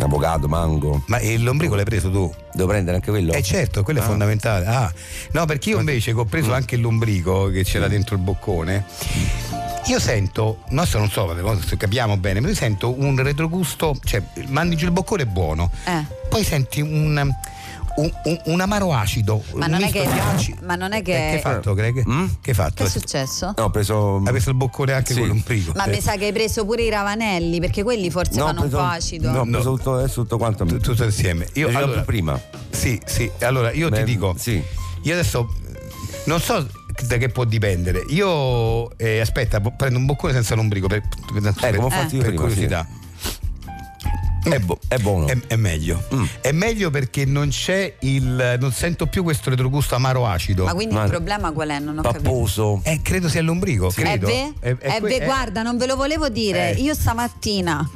Speaker 5: avocado, mango.
Speaker 4: Ma il lombrico l'hai preso tu?
Speaker 5: Devo prendere anche quello.
Speaker 4: Eh certo, quello è
Speaker 5: Ah. Mm.
Speaker 4: fondamentale. Ah, no, perché io invece che ho preso anche il lombrico che c'era dentro il boccone, io sento, no, se non so, vabbè, se capiamo bene, ma io sento un retrogusto, cioè mangi il boccone è buono,
Speaker 7: Eh.
Speaker 4: poi senti un, un- un- un amaro acido,
Speaker 7: Ma
Speaker 4: un
Speaker 7: non è
Speaker 4: misto
Speaker 7: che-
Speaker 4: di aci-
Speaker 7: ma non è che-
Speaker 4: Eh, che hai fatto Greg?
Speaker 5: Mm?
Speaker 4: Che hai fatto?
Speaker 7: Che è successo?
Speaker 5: No, ho preso.
Speaker 4: hai preso il boccone anche
Speaker 5: Sì.
Speaker 4: con il lombrico?
Speaker 7: Ma
Speaker 4: Eh.
Speaker 7: mi sa che hai preso pure i ravanelli, perché quelli forse
Speaker 5: ho
Speaker 7: fanno
Speaker 5: preso-
Speaker 7: un po' acido.
Speaker 5: No, ho
Speaker 4: No.
Speaker 5: preso tutto, adesso tutto quanto.
Speaker 4: Tu- tutto insieme. Io
Speaker 5: Arriva
Speaker 4: allora,
Speaker 5: prima.
Speaker 4: Sì, sì, allora io
Speaker 5: Beh,
Speaker 4: ti dico,
Speaker 5: sì.
Speaker 4: io adesso non so da che può dipendere. Io eh, aspetta, po- prendo un boccone senza lombrico per, per,
Speaker 5: Eh, come ho fatto
Speaker 4: per-
Speaker 5: io
Speaker 4: per
Speaker 5: prima,
Speaker 4: curiosità.
Speaker 5: È,
Speaker 4: Eh, boh,
Speaker 5: bu- è buono.
Speaker 4: È, è meglio.
Speaker 5: Mm.
Speaker 4: È meglio perché non c'è il. non sento più questo retrogusto amaro acido.
Speaker 7: Ma quindi
Speaker 5: Ma-
Speaker 7: il problema qual è? Non ho capito.
Speaker 5: papposo.
Speaker 4: Eh, credo sia il lombrico,
Speaker 7: Eh
Speaker 4: credo.
Speaker 7: beh,
Speaker 4: È- è
Speaker 7: eh
Speaker 4: que-
Speaker 7: beh,
Speaker 4: è-
Speaker 7: guarda, non ve lo volevo dire.
Speaker 4: Eh.
Speaker 7: Io stamattina,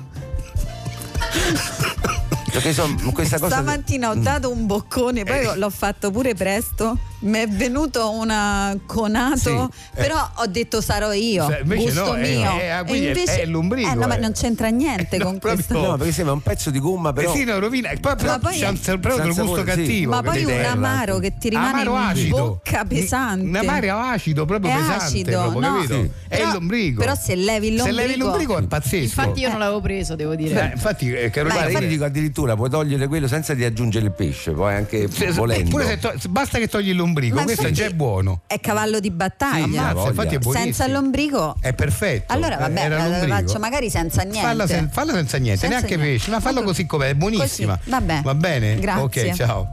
Speaker 5: Perché insomma, questa cosa.
Speaker 7: stamattina ho dato un boccone, poi
Speaker 4: Mm. Eh.
Speaker 7: l'ho fatto pure presto. Mi è venuto una conato,
Speaker 4: Sì, eh.
Speaker 7: però ho detto sarò io,
Speaker 4: Cioè, invece
Speaker 7: gusto
Speaker 4: no, eh,
Speaker 7: mio.
Speaker 4: eh, ah,
Speaker 7: E
Speaker 4: quindi è- è il lombrico,
Speaker 7: Eh, no, ma
Speaker 4: eh.
Speaker 7: non c'entra niente
Speaker 4: Eh, (laughs) no,
Speaker 7: con
Speaker 4: proprio-
Speaker 7: questo.
Speaker 5: No, perché sembra un pezzo di gomma, però.
Speaker 4: Persino eh rovina, e poi però
Speaker 7: Ma poi-
Speaker 4: c'è un proprio
Speaker 5: Senza
Speaker 4: gusto
Speaker 5: sapore, sì.
Speaker 4: cattivo.
Speaker 7: Ma poi
Speaker 4: capito?
Speaker 7: un
Speaker 5: Eh,
Speaker 7: amaro che ti rimane
Speaker 4: amaro
Speaker 7: in
Speaker 4: acido.
Speaker 7: bocca
Speaker 4: Mi-
Speaker 7: pesante.
Speaker 4: Un amaro acido proprio
Speaker 7: È
Speaker 4: pesante,
Speaker 7: acido,
Speaker 4: proprio,
Speaker 7: no.
Speaker 4: capito?
Speaker 5: Sì.
Speaker 4: È
Speaker 7: Però-
Speaker 4: il lombrico.
Speaker 7: però se levi il
Speaker 4: Se levi il
Speaker 7: lombrico-
Speaker 4: lombrico è pazzesco.
Speaker 3: Infatti io non l'avevo preso, devo
Speaker 4: Eh,
Speaker 3: dire.
Speaker 4: infatti, eh, Carolina,
Speaker 5: Guarda, io
Speaker 4: guarda,
Speaker 5: ti dico addirittura puoi togliere quello senza di aggiungere il pesce, poi anche
Speaker 4: se- se-
Speaker 5: volendo.
Speaker 4: pure se to- se- basta che togli il lombrico,
Speaker 7: Ma
Speaker 4: questo è
Speaker 7: infatti-
Speaker 4: già buono.
Speaker 7: È cavallo di battaglia.
Speaker 5: Sì,
Speaker 4: Ammazza,
Speaker 5: voglia.
Speaker 4: infatti è buonissimo.
Speaker 7: senza il lombrico.
Speaker 4: È perfetto.
Speaker 7: Allora
Speaker 4: eh,
Speaker 7: vabbè,
Speaker 4: era
Speaker 7: la, la
Speaker 4: lombrico.
Speaker 7: faccio magari senza niente.
Speaker 4: Falla, sen- falla senza niente,
Speaker 7: Senza
Speaker 4: neanche
Speaker 7: niente.
Speaker 4: pesce, ma fallo
Speaker 7: Proprio-
Speaker 4: così com'è, è buonissima.
Speaker 7: Così, vabbè.
Speaker 4: Va bene?
Speaker 7: Grazie.
Speaker 4: Ok, ciao.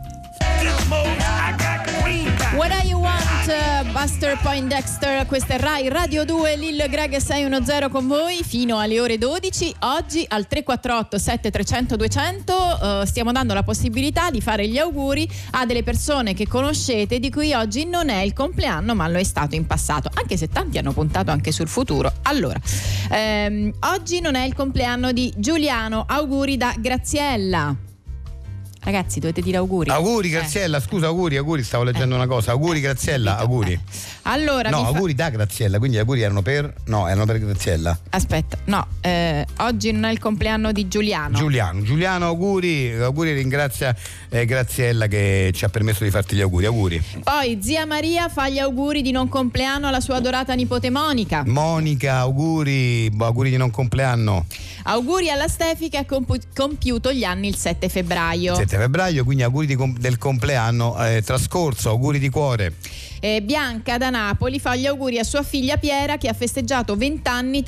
Speaker 3: What do you want, eh, Buster Poindexter? Questa è Rai Radio 2, Lil Greg 610 con voi fino alle ore 12. Oggi al 348 7300 200 eh, stiamo dando la possibilità di fare gli auguri a delle persone che conoscete di cui oggi non è il compleanno ma lo è stato in passato, anche se tanti hanno puntato anche sul futuro. Allora, ehm, oggi non è il compleanno di Giuliano, auguri da Graziella. Ragazzi, dovete dire auguri.
Speaker 4: Auguri
Speaker 3: Eh.
Speaker 4: Graziella, scusa, auguri, auguri, stavo
Speaker 7: Eh.
Speaker 4: leggendo una cosa. Auguri Graziella,
Speaker 3: capito,
Speaker 4: auguri.
Speaker 3: eh. Allora,
Speaker 4: No,
Speaker 3: vi fa-
Speaker 4: auguri da Graziella, quindi gli auguri erano per. No, erano per Graziella.
Speaker 3: Aspetta, no, eh, oggi non è il compleanno di Giuliano.
Speaker 4: Giuliano, Giuliano, auguri, auguri e ringrazia eh, Graziella che ci ha permesso di farti gli auguri. Auguri.
Speaker 3: Poi zia Maria fa gli auguri di non compleanno alla sua adorata nipote Monica.
Speaker 4: Monica, auguri, boh, auguri di non compleanno.
Speaker 3: Auguri alla Stefi che ha compu- compiuto gli anni il 7 febbraio.
Speaker 4: 7 27 febbraio, quindi auguri di com- del compleanno eh, trascorso, auguri di cuore.
Speaker 3: Eh, Bianca da Napoli fa gli auguri a sua figlia Piera che ha festeggiato 20 anni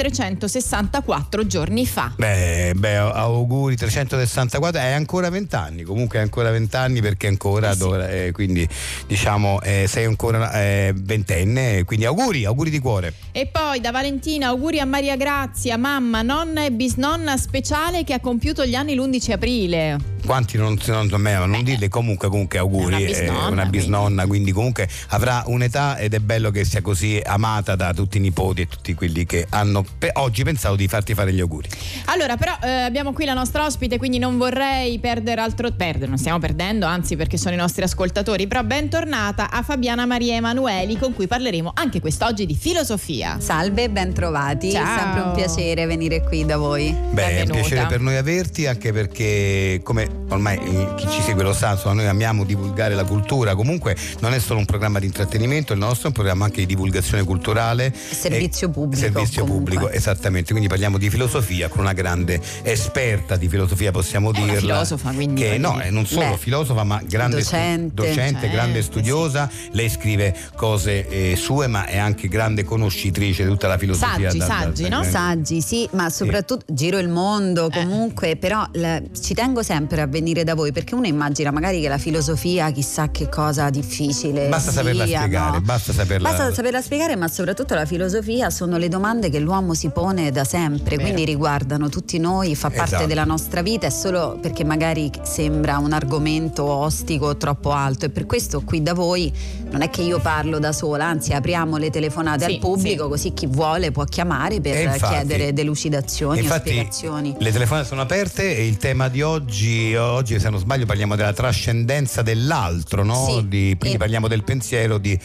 Speaker 3: 364 giorni fa.
Speaker 4: Beh, beh, auguri 364, è ancora 20 anni, comunque è ancora 20 anni perché ancora, dovra- eh, quindi diciamo eh, sei ancora eh, ventenne, quindi auguri, auguri di cuore.
Speaker 3: E poi da Valentina auguri a Maria Grazia, mamma, nonna e bisnonna speciale che ha compiuto gli anni l'11 aprile.
Speaker 4: Quanti non, non, non, me- non dirle comunque, comunque auguri,
Speaker 3: Eh. È una bisnonna,
Speaker 4: eh, una bisnonna, quindi. comunque avrà un'età ed è bello che sia così amata da tutti i nipoti e tutti quelli che hanno pe- oggi pensato di farti fare gli auguri.
Speaker 3: Allora, però eh, abbiamo qui la nostra ospite, quindi non vorrei perdere altro perdere, non stiamo perdendo, anzi perché sono i nostri ascoltatori, però bentornata a Fabiana Maria Emanueli con cui parleremo anche quest'oggi di filosofia.
Speaker 7: Salve, bentrovati.
Speaker 3: Ciao.
Speaker 7: È sempre un piacere venire qui da voi.
Speaker 4: Beh, è un
Speaker 3: Benvenuta.
Speaker 4: piacere per noi averti, anche perché, come ormai eh, chi ci segue lo sa, insomma, noi amiamo divulgare la cultura. Comunque, non è solo un programma di intrattenimento, il nostro è un programma anche di divulgazione culturale.
Speaker 7: Servizio
Speaker 4: e-
Speaker 7: pubblico,
Speaker 4: Servizio
Speaker 7: comunque.
Speaker 4: pubblico, esattamente. Quindi parliamo di filosofia con una grande esperta di filosofia, possiamo
Speaker 3: È una
Speaker 4: dirla.
Speaker 3: filosofa, quindi,
Speaker 4: Che
Speaker 3: voglio
Speaker 4: no,
Speaker 3: dire.
Speaker 4: è non solo
Speaker 7: Beh,
Speaker 4: filosofa, ma grande stu-
Speaker 7: docente.
Speaker 4: docente, grande
Speaker 3: Docente, certo,
Speaker 4: studiosa. Lei scrive cose eh, sue, ma è anche grande conoscitrice di tutta la filosofia.
Speaker 3: Saggi, saggi, no?
Speaker 7: Saggi, sì, ma soprattutto giro il
Speaker 4: Eh.
Speaker 7: mondo comunque, però la- ci tengo sempre a venire da voi perché uno immagina magari che la filosofia chissà che cosa difficile.
Speaker 4: Basta
Speaker 7: sia,
Speaker 4: saperla spiegare,
Speaker 7: no?
Speaker 4: basta saperla.
Speaker 7: Basta saperla spiegare, ma soprattutto la filosofia sono le domande che l'uomo si pone da sempre,
Speaker 3: Vero.
Speaker 7: quindi riguardano tutti noi, fa parte
Speaker 4: Esatto.
Speaker 7: della nostra vita, è solo perché magari sembra un argomento ostico o troppo alto e per questo qui da voi non è che io parlo da sola, anzi apriamo le telefonate
Speaker 3: Sì,
Speaker 7: al pubblico così chi vuole può chiamare
Speaker 4: E
Speaker 7: per
Speaker 4: infatti-
Speaker 7: chiedere delucidazioni o
Speaker 4: Infatti,
Speaker 7: spiegazioni.
Speaker 4: Le telefonate sono aperte e il tema di oggi, oggi se non sbaglio parliamo della trascendenza dell'altro, no?
Speaker 7: Sì.
Speaker 4: Di- quindi
Speaker 7: E-
Speaker 4: parliamo del pensiero di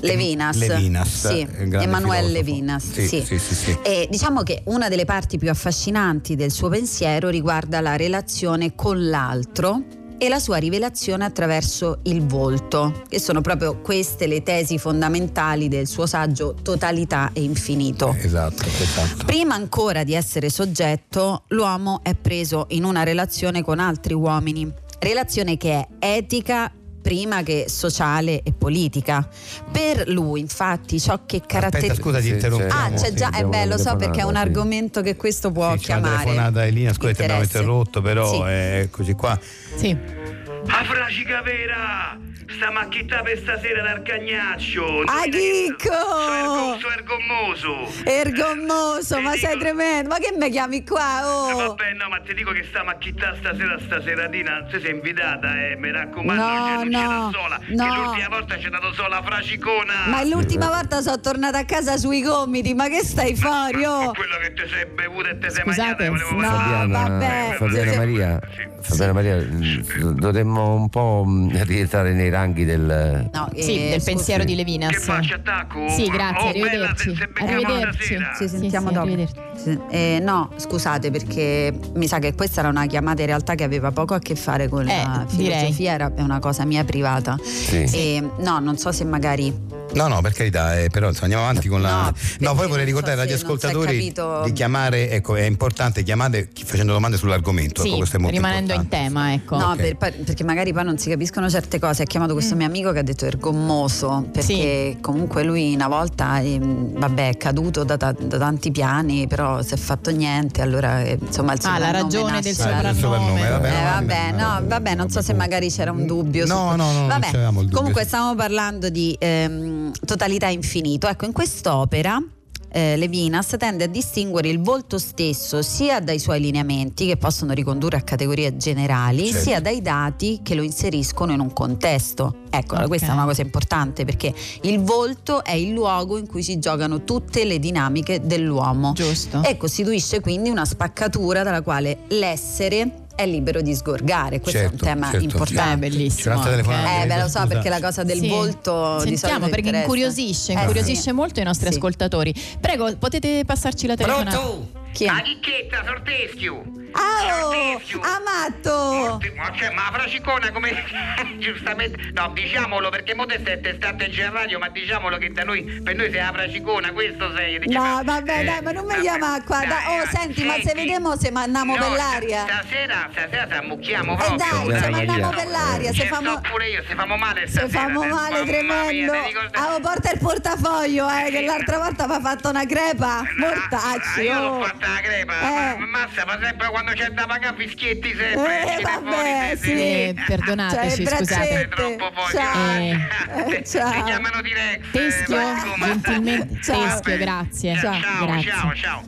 Speaker 7: Levinas,
Speaker 4: Levinas,
Speaker 7: Sì,
Speaker 4: eh, grande
Speaker 7: Emanuele
Speaker 4: filosofo.
Speaker 7: Levinas.
Speaker 4: Sì, sì, sì, sì.
Speaker 7: E diciamo che una delle parti più affascinanti del suo pensiero riguarda la relazione con l'altro e la sua rivelazione attraverso il volto, che sono proprio queste le tesi fondamentali del suo saggio Totalità e Infinito.
Speaker 4: Esatto, esatto.
Speaker 7: Prima ancora di essere soggetto, l'uomo è preso in una relazione con altri uomini, relazione che è etica prima che sociale e politica. Per lui, infatti, ciò che
Speaker 4: Aspetta,
Speaker 7: caratterizza...
Speaker 4: scusa ti
Speaker 5: Sì,
Speaker 4: interrompo.
Speaker 5: c'è-
Speaker 7: Ah, c'è
Speaker 5: Sì,
Speaker 7: già, eh
Speaker 5: abbiamo
Speaker 7: beh,
Speaker 5: una
Speaker 7: lo so perché è un
Speaker 5: telefonata, sì.
Speaker 7: argomento che questo può
Speaker 4: Sì, c'è una
Speaker 7: chiamare.
Speaker 4: telefonata Elina, scusa ti abbiamo
Speaker 7: Interesse.
Speaker 4: interrotto, però
Speaker 7: Sì.
Speaker 4: eh, eccoci qua.
Speaker 3: Sì.
Speaker 7: Eh,
Speaker 8: Afracica vera! Sta macchietta per stasera dal cagnaccio!
Speaker 7: Ah, Chicco!
Speaker 8: Sono ergommoso!
Speaker 4: eh.
Speaker 7: Ergommoso,
Speaker 8: Ti
Speaker 7: ma sei
Speaker 8: dico-
Speaker 7: tremendo, ma che mi chiami qua?
Speaker 8: Eh,
Speaker 7: Oh?
Speaker 8: Vabbè, no, ma ti dico che sta macchietta stasera, stasera, Dina, se sei invitata, eh, mi raccomando,
Speaker 7: No,
Speaker 8: non c'è- non c'è
Speaker 7: no,
Speaker 8: da sola,
Speaker 7: no.
Speaker 8: che l'ultima volta c'è dato sola fracicona!
Speaker 7: Ma è l'ultima volta sono tornata a casa sui gomiti, ma che stai fuori?
Speaker 8: Con
Speaker 7: Oh?
Speaker 8: quello che ti sei bevuta e ti sei
Speaker 3: Scusate,
Speaker 8: mangiata, volevo
Speaker 7: no.
Speaker 8: parlare.
Speaker 5: Fabiana, eh,
Speaker 7: vabbè,
Speaker 5: Fabiana
Speaker 7: sì, sì.
Speaker 5: Maria,
Speaker 8: Sì.
Speaker 5: Fabiana Maria, mh, dovremmo un po' mh, rientrare nei ranghi del...
Speaker 7: No,
Speaker 3: Sì,
Speaker 7: eh,
Speaker 3: del
Speaker 7: scusa.
Speaker 3: pensiero di Levinas.
Speaker 8: Che faccio, attacco?
Speaker 3: Sì, grazie,
Speaker 8: Oh, bella,
Speaker 3: arrivederci.
Speaker 8: se- se becchiamo
Speaker 3: Arrivederci.
Speaker 8: stasera.
Speaker 7: Ci
Speaker 3: Sì,
Speaker 7: sentiamo
Speaker 3: sì,
Speaker 7: dopo.
Speaker 3: arrivederci.
Speaker 7: Sì, eh, no, scusate perché mi sa che questa era una chiamata in realtà che aveva poco a che fare con la
Speaker 3: Eh, direi.
Speaker 7: filosofia, era è una cosa mia privata.
Speaker 5: Sì.
Speaker 7: E, no, non so se magari
Speaker 4: No, no, per carità, eh, però insomma, andiamo avanti con la.
Speaker 7: No,
Speaker 4: No,
Speaker 7: perché
Speaker 4: poi vorrei
Speaker 7: non so
Speaker 4: ricordare agli
Speaker 7: se non si è
Speaker 4: ascoltatori
Speaker 7: capito.
Speaker 4: di chiamare, ecco, è importante chiamate chi- facendo domande sull'argomento.
Speaker 3: Sì,
Speaker 4: ecco, questo è molto
Speaker 3: rimanendo in
Speaker 4: importante.
Speaker 3: tema, ecco.
Speaker 7: No,
Speaker 4: Ok.
Speaker 7: per- per- perché magari poi non si capiscono certe cose. Ha chiamato questo
Speaker 3: Mm.
Speaker 7: mio amico che ha detto ergommoso, perché comunque lui una volta ehm, vabbè, è caduto da, ta- da tanti piani, però si è fatto niente, allora eh, insomma il
Speaker 3: Ah, la
Speaker 7: soprannome
Speaker 3: ragione del
Speaker 7: nasce-
Speaker 4: Ah, del
Speaker 3: soprannome.
Speaker 4: soprannome, vabbè,
Speaker 7: Eh,
Speaker 4: no,
Speaker 7: vabbè,
Speaker 4: no,
Speaker 7: no, vabbè, non so se magari c'era un dubbio. su-
Speaker 4: No, no, no, non
Speaker 7: Vabbè,
Speaker 4: c'avevamo il dubbio.
Speaker 7: Comunque
Speaker 4: sì.
Speaker 7: stavamo parlando di ehm, totalità infinito. Ecco, in quest'opera eh, Levinas tende a distinguere il volto stesso sia dai suoi lineamenti, che possono ricondurre a categorie generali,
Speaker 4: Certo.
Speaker 7: sia dai dati che lo inseriscono in un contesto. Ecco, allora, questa è
Speaker 3: Ok.
Speaker 7: una cosa importante perché il volto è il luogo in cui si giocano tutte le dinamiche dell'uomo
Speaker 3: Giusto.
Speaker 4: Certo.
Speaker 7: e costituisce quindi una spaccatura dalla quale l'essere è libero di sgorgare. Questo
Speaker 4: Certo,
Speaker 7: è un tema
Speaker 4: certo,
Speaker 3: Eh,
Speaker 7: importante.
Speaker 3: bellissimo.
Speaker 4: C'è un'altra
Speaker 3: anche.
Speaker 4: telefonata.
Speaker 7: Eh, beh, lo
Speaker 4: Scusa.
Speaker 7: so perché la cosa del
Speaker 3: Sì.
Speaker 7: volto di
Speaker 3: Sentiamo
Speaker 7: solito
Speaker 3: perché
Speaker 7: interessa.
Speaker 3: incuriosisce,
Speaker 7: Eh,
Speaker 3: incuriosisce
Speaker 7: sì.
Speaker 3: molto i nostri
Speaker 7: Sì.
Speaker 3: ascoltatori. Prego, potete passarci la telefonata.
Speaker 8: Pronto?
Speaker 7: Chi è?
Speaker 8: La chicchetta, sorteschio!
Speaker 7: Oh,
Speaker 8: Artifio.
Speaker 7: amato!
Speaker 8: Morti- Ma, cioè, ma fracicona come (laughs) giustamente no diciamolo perché mo te stai testate in giro a radio ma diciamolo che da noi per noi sei la fracicona questo sei ti
Speaker 7: No,
Speaker 8: chiama-
Speaker 7: vabbè,
Speaker 8: eh,
Speaker 7: dai, ma non mi chiama qua.
Speaker 8: dai,
Speaker 7: Dai, oh,
Speaker 8: dai,
Speaker 7: senti, ma se vediamo se mandiamo
Speaker 8: No,
Speaker 7: per l'aria.
Speaker 8: sta- stasera stasera ti ammucchiamo
Speaker 7: Eh
Speaker 8: proprio
Speaker 7: dai, se
Speaker 5: dai,
Speaker 7: mandiamo
Speaker 5: dai.
Speaker 7: per l'aria, se
Speaker 8: Ci
Speaker 7: famo,
Speaker 8: sto pure io se famo male
Speaker 7: se
Speaker 8: stasera
Speaker 7: famo
Speaker 8: te-
Speaker 7: male,
Speaker 8: mamma mia,
Speaker 7: tremendo.
Speaker 8: te dico-
Speaker 7: Ah, porta il portafoglio, eh, che l'altra volta mi ha fatto una crepa.
Speaker 8: Ah,
Speaker 7: Mortacci,
Speaker 8: io
Speaker 7: oh.
Speaker 8: l'ho fatta la crepa,
Speaker 7: Eh.
Speaker 8: ma mazza, ma sempre quando c'è da pagare fischietti
Speaker 7: Eh,
Speaker 8: sempre. esci da
Speaker 7: vabbè,
Speaker 8: fuori,
Speaker 7: sì.
Speaker 3: Eh,
Speaker 7: Cioè,
Speaker 3: perdonateci,
Speaker 7: il
Speaker 3: scusate.
Speaker 8: Sei troppo poi.
Speaker 7: Ciao.
Speaker 8: grazie.
Speaker 7: Eh, (laughs) ciao.
Speaker 8: Ti chiamano di Rex.
Speaker 3: Teschio,
Speaker 8: eh, Marco, ma-
Speaker 3: gentilmente.
Speaker 7: (laughs) Ciao.
Speaker 3: Teschio, grazie.
Speaker 8: Ciao, ciao,
Speaker 3: Grazie.
Speaker 8: ciao, ciao.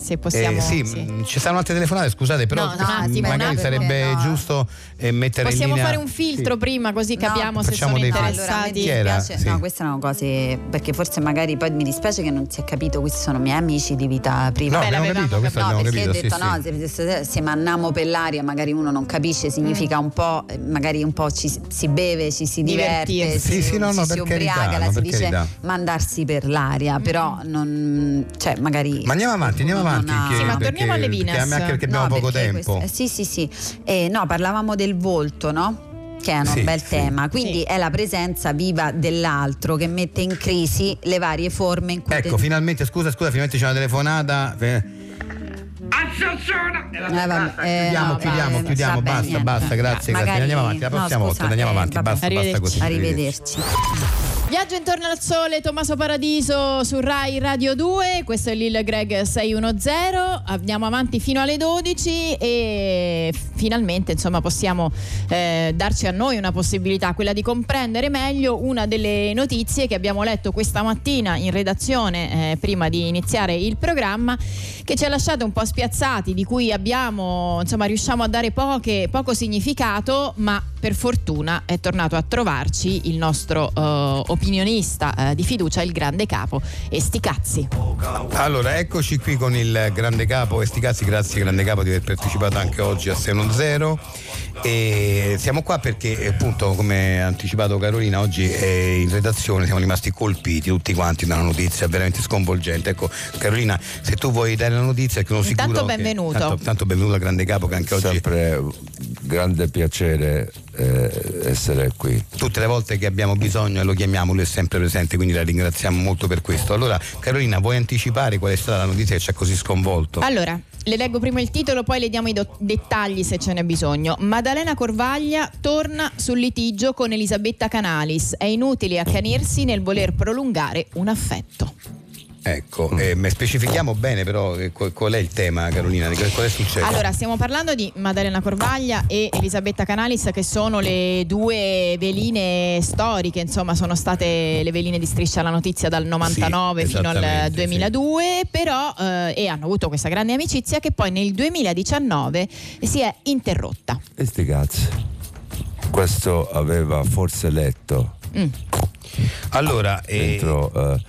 Speaker 3: Se
Speaker 4: Eh,
Speaker 3: possiamo.
Speaker 4: sì,
Speaker 3: sì.
Speaker 4: mh, ci saranno altre telefonate, scusate, però
Speaker 7: No, no, un
Speaker 4: mh,
Speaker 7: attimo,
Speaker 4: magari
Speaker 7: no,
Speaker 4: sarebbe
Speaker 7: perché no.
Speaker 4: giusto eh, mettere
Speaker 3: Possiamo
Speaker 4: in linea...
Speaker 3: fare un filtro
Speaker 4: Sì.
Speaker 3: prima così
Speaker 7: No.
Speaker 3: capiamo se
Speaker 4: Facciamo
Speaker 3: sono
Speaker 4: dei
Speaker 7: No,
Speaker 4: filtri.
Speaker 7: allora mi
Speaker 3: interessati.
Speaker 4: Chi era?
Speaker 7: dispiace,
Speaker 4: Sì.
Speaker 7: no, queste sono cose perché forse magari poi mi dispiace che non si è capito, questi sono miei amici di vita
Speaker 4: No,
Speaker 7: privata.
Speaker 3: Beh,
Speaker 4: abbiamo
Speaker 3: l'avevamo
Speaker 4: capito, questo
Speaker 3: capito.
Speaker 4: abbiamo
Speaker 7: perché
Speaker 4: capito,
Speaker 7: ho
Speaker 4: sì,
Speaker 7: detto no,
Speaker 4: sì.
Speaker 7: se- se, se mandiamo per l'aria magari uno non capisce,
Speaker 3: Mm.
Speaker 7: significa un po', eh, magari un po' ci si- si beve, ci si diverte,
Speaker 3: Divertirsi.
Speaker 7: si,
Speaker 4: Sì, sì, no, no,
Speaker 7: ci si
Speaker 4: per carità,
Speaker 7: ubriaca, la
Speaker 4: no,
Speaker 7: si
Speaker 4: per
Speaker 7: dice
Speaker 4: carità.
Speaker 7: mandarsi per l'aria, però non, cioè magari...
Speaker 4: Ma andiamo avanti, andiamo
Speaker 7: Non
Speaker 4: avanti.
Speaker 7: ha-
Speaker 4: che-
Speaker 3: Mm. Sì, ma
Speaker 4: perché-
Speaker 3: torniamo alle Venus.
Speaker 4: perché- anche perché abbiamo
Speaker 7: No,
Speaker 4: poco
Speaker 7: perché
Speaker 4: tempo.
Speaker 7: questo- eh, sì, sì, sì. Eh, no, parlavamo del volto, no? Che è un
Speaker 4: Sì,
Speaker 7: bel
Speaker 4: sì.
Speaker 7: tema. Quindi
Speaker 3: Sì.
Speaker 7: è la presenza viva dell'altro che mette in crisi le varie forme in cui.
Speaker 4: Ecco,
Speaker 7: te-
Speaker 4: finalmente, scusa, scusa, finalmente c'è una telefonata. Eh,
Speaker 8: Azzazzona!
Speaker 7: Eh, vabbè, eh,
Speaker 4: chiudiamo,
Speaker 7: no,
Speaker 4: chiudiamo,
Speaker 7: vabbè,
Speaker 4: chiudiamo,
Speaker 7: vabbè,
Speaker 4: basta,
Speaker 7: niente.
Speaker 4: basta, grazie,
Speaker 7: Magari-
Speaker 4: grazie. Andiamo avanti, la
Speaker 7: no,
Speaker 4: prossima volta,
Speaker 7: scusa,
Speaker 4: andiamo
Speaker 7: eh,
Speaker 4: avanti,
Speaker 7: vabbè.
Speaker 4: basta, basta così.
Speaker 7: Arrivederci.
Speaker 3: Viaggio intorno al sole, Tommaso Paradiso su Rai Radio 2, questo è Lil Greg 610, andiamo avanti fino alle 12 e finalmente insomma possiamo eh, darci a noi una possibilità, quella di comprendere meglio una delle notizie che abbiamo letto questa mattina in redazione eh, prima di iniziare il programma che ci ha lasciato un po' spiazzati, di cui abbiamo, insomma, riusciamo a dare poche- poco significato, ma per fortuna è tornato a trovarci il nostro eh, opinionista eh, di fiducia, il grande capo Esticazzi.
Speaker 4: Allora, eccoci qui con il grande capo Esticazzi, grazie grande capo di aver partecipato anche oggi a 610 e siamo qua perché appunto come ha anticipato Carolina oggi eh, in redazione siamo rimasti colpiti tutti quanti da una notizia veramente sconvolgente. Ecco Carolina, se tu vuoi dare la notizia che sono
Speaker 3: Intanto
Speaker 4: sicuro che-
Speaker 3: benvenuto.
Speaker 4: tanto, tanto benvenuto al grande capo che anche oggi
Speaker 5: Sempre grande piacere eh, essere qui.
Speaker 4: tutte le volte che abbiamo bisogno e lo chiamiamo lui è sempre presente quindi la ringraziamo molto per questo. Allora Carolina, vuoi anticipare qual è stata la notizia che ci ha così sconvolto?
Speaker 3: Allora, le leggo prima il titolo, poi le diamo i do- dettagli se ce n'è bisogno. Maddalena Corvaglia torna sul litigio con Elisabetta Canalis. È inutile accanirsi nel voler prolungare un affetto.
Speaker 4: Ecco, eh, ma specifichiamo bene però eh, qual, qual è il tema Carolina, di che- qual è successo?
Speaker 3: Allora, stiamo parlando di Maddalena Corvaglia e Elisabetta Canalis, che sono le due veline storiche, insomma, sono state le veline di Striscia alla Notizia dal 99
Speaker 4: Sì,
Speaker 3: fino al
Speaker 4: esattamente,
Speaker 3: 2002, però, eh, e hanno avuto questa grande amicizia che poi nel 2019 si è interrotta.
Speaker 5: E sti cazzi. Questo aveva forse letto
Speaker 3: Mm.
Speaker 4: Allora, eh,
Speaker 5: dentro eh,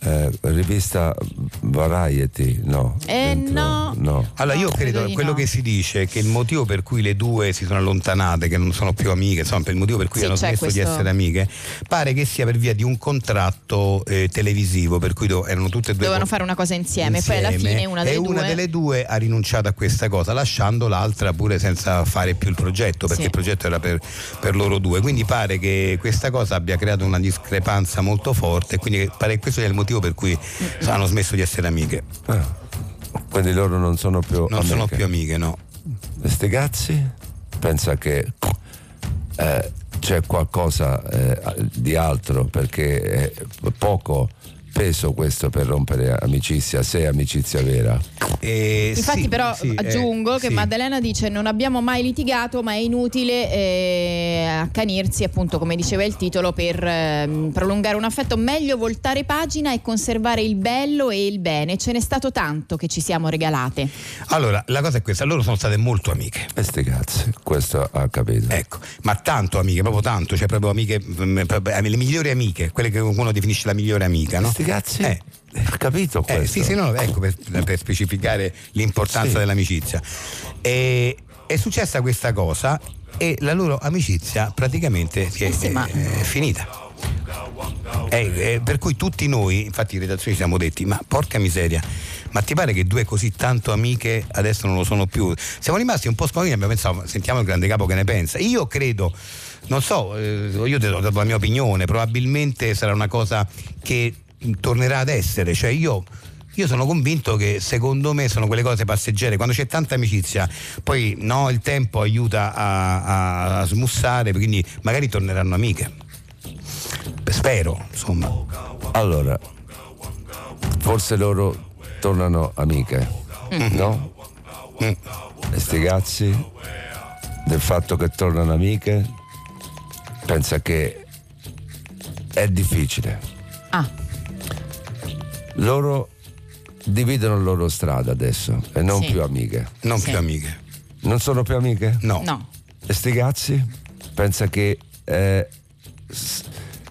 Speaker 5: eh, rivista Variety, no?
Speaker 3: Eh,
Speaker 5: Dentro-
Speaker 3: no.
Speaker 5: no.
Speaker 4: allora io
Speaker 3: No,
Speaker 4: credo
Speaker 3: credo di
Speaker 4: quello
Speaker 3: no.
Speaker 4: che si dice è che il motivo per cui le due si sono allontanate, che non sono più amiche, insomma, per il motivo per cui
Speaker 3: Sì,
Speaker 4: hanno
Speaker 3: c'è
Speaker 4: smesso di
Speaker 3: questo-
Speaker 4: essere amiche, pare che sia per via di un contratto eh, televisivo, per cui do- erano tutte e due
Speaker 3: Dovevano
Speaker 4: con-
Speaker 3: fare una cosa insieme, poi alla
Speaker 4: insieme,
Speaker 3: fine una delle
Speaker 4: e
Speaker 3: due
Speaker 4: una delle due ha rinunciato a questa cosa lasciando l'altra pure senza fare più il progetto perché
Speaker 3: Sì.
Speaker 4: il progetto era per, per loro due quindi pare che questa cosa abbia creato una discrepanza molto forte quindi che- pare che questo sia il motivo per cui
Speaker 3: Mm.
Speaker 4: hanno smesso di essere amiche
Speaker 5: Ah, Quindi loro non sono più
Speaker 4: non sono
Speaker 5: amiche.
Speaker 4: più amiche no
Speaker 5: Questi cazzi pensa che eh, c'è qualcosa eh, di altro perché è poco peso questo per rompere amicizia, se è amicizia vera.
Speaker 4: Eh. E
Speaker 3: Infatti,
Speaker 4: sì,
Speaker 3: però
Speaker 4: sì, eh,
Speaker 3: aggiungo che
Speaker 4: sì.
Speaker 3: Maddalena dice: Non abbiamo mai litigato, ma è inutile eh, accanirsi, appunto, come diceva il titolo, per ehm, prolungare un affetto. Meglio voltare pagina e conservare il bello e il bene. Ce n'è stato tanto che ci siamo regalate.
Speaker 4: allora la cosa è questa loro sono state molto amiche
Speaker 5: E sti Eh, cazzi, questo ha capito.
Speaker 4: Ecco, ma tanto amiche, proprio tanto, cioè proprio amiche, mm, proprio- le migliori amiche, quelle che uno definisce la migliore amica, no?
Speaker 5: Sti cazzi,
Speaker 4: Eh.
Speaker 5: ha capito questo.
Speaker 4: Eh, sì, sì, no, ecco per, per specificare l'importanza
Speaker 5: Sì.
Speaker 4: dell'amicizia. E, è successa questa cosa e la loro amicizia praticamente si è,
Speaker 3: Eh sì, ma-
Speaker 4: è finita. Eh, eh, per cui tutti noi, infatti in redazione ci siamo detti, ma porca miseria, ma ti pare che due così tanto amiche adesso non lo sono più? Siamo rimasti un po' sconvolti, abbiamo pensato, sentiamo il grande capo che ne pensa. Io credo, non so, eh, io ti ho dato la mia opinione, probabilmente sarà una cosa che tornerà ad essere, cioè io io sono convinto che secondo me sono quelle cose passeggere, quando c'è tanta amicizia, poi no, il tempo aiuta a, a- a smussare, quindi magari torneranno amiche. Spero, insomma.
Speaker 5: Allora, forse loro tornano amiche, no?
Speaker 4: Mm.
Speaker 5: E sti cazzi del fatto che tornano amiche, pensa che è difficile.
Speaker 3: Ah,
Speaker 5: Loro dividono la loro strada adesso e non
Speaker 3: Sì.
Speaker 5: più amiche.
Speaker 4: Non
Speaker 3: Sì.
Speaker 4: più amiche.
Speaker 5: Non sono più amiche?
Speaker 4: No.
Speaker 3: no.
Speaker 5: E sti cazzi pensa che eh, s-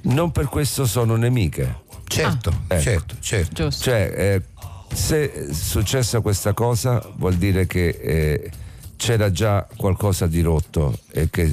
Speaker 5: non per questo sono nemiche.
Speaker 4: Certo,
Speaker 5: Ah.
Speaker 4: certo, certo.
Speaker 3: Giusto.
Speaker 5: Cioè, eh, se è successa questa cosa vuol dire che eh, c'era già qualcosa di rotto e che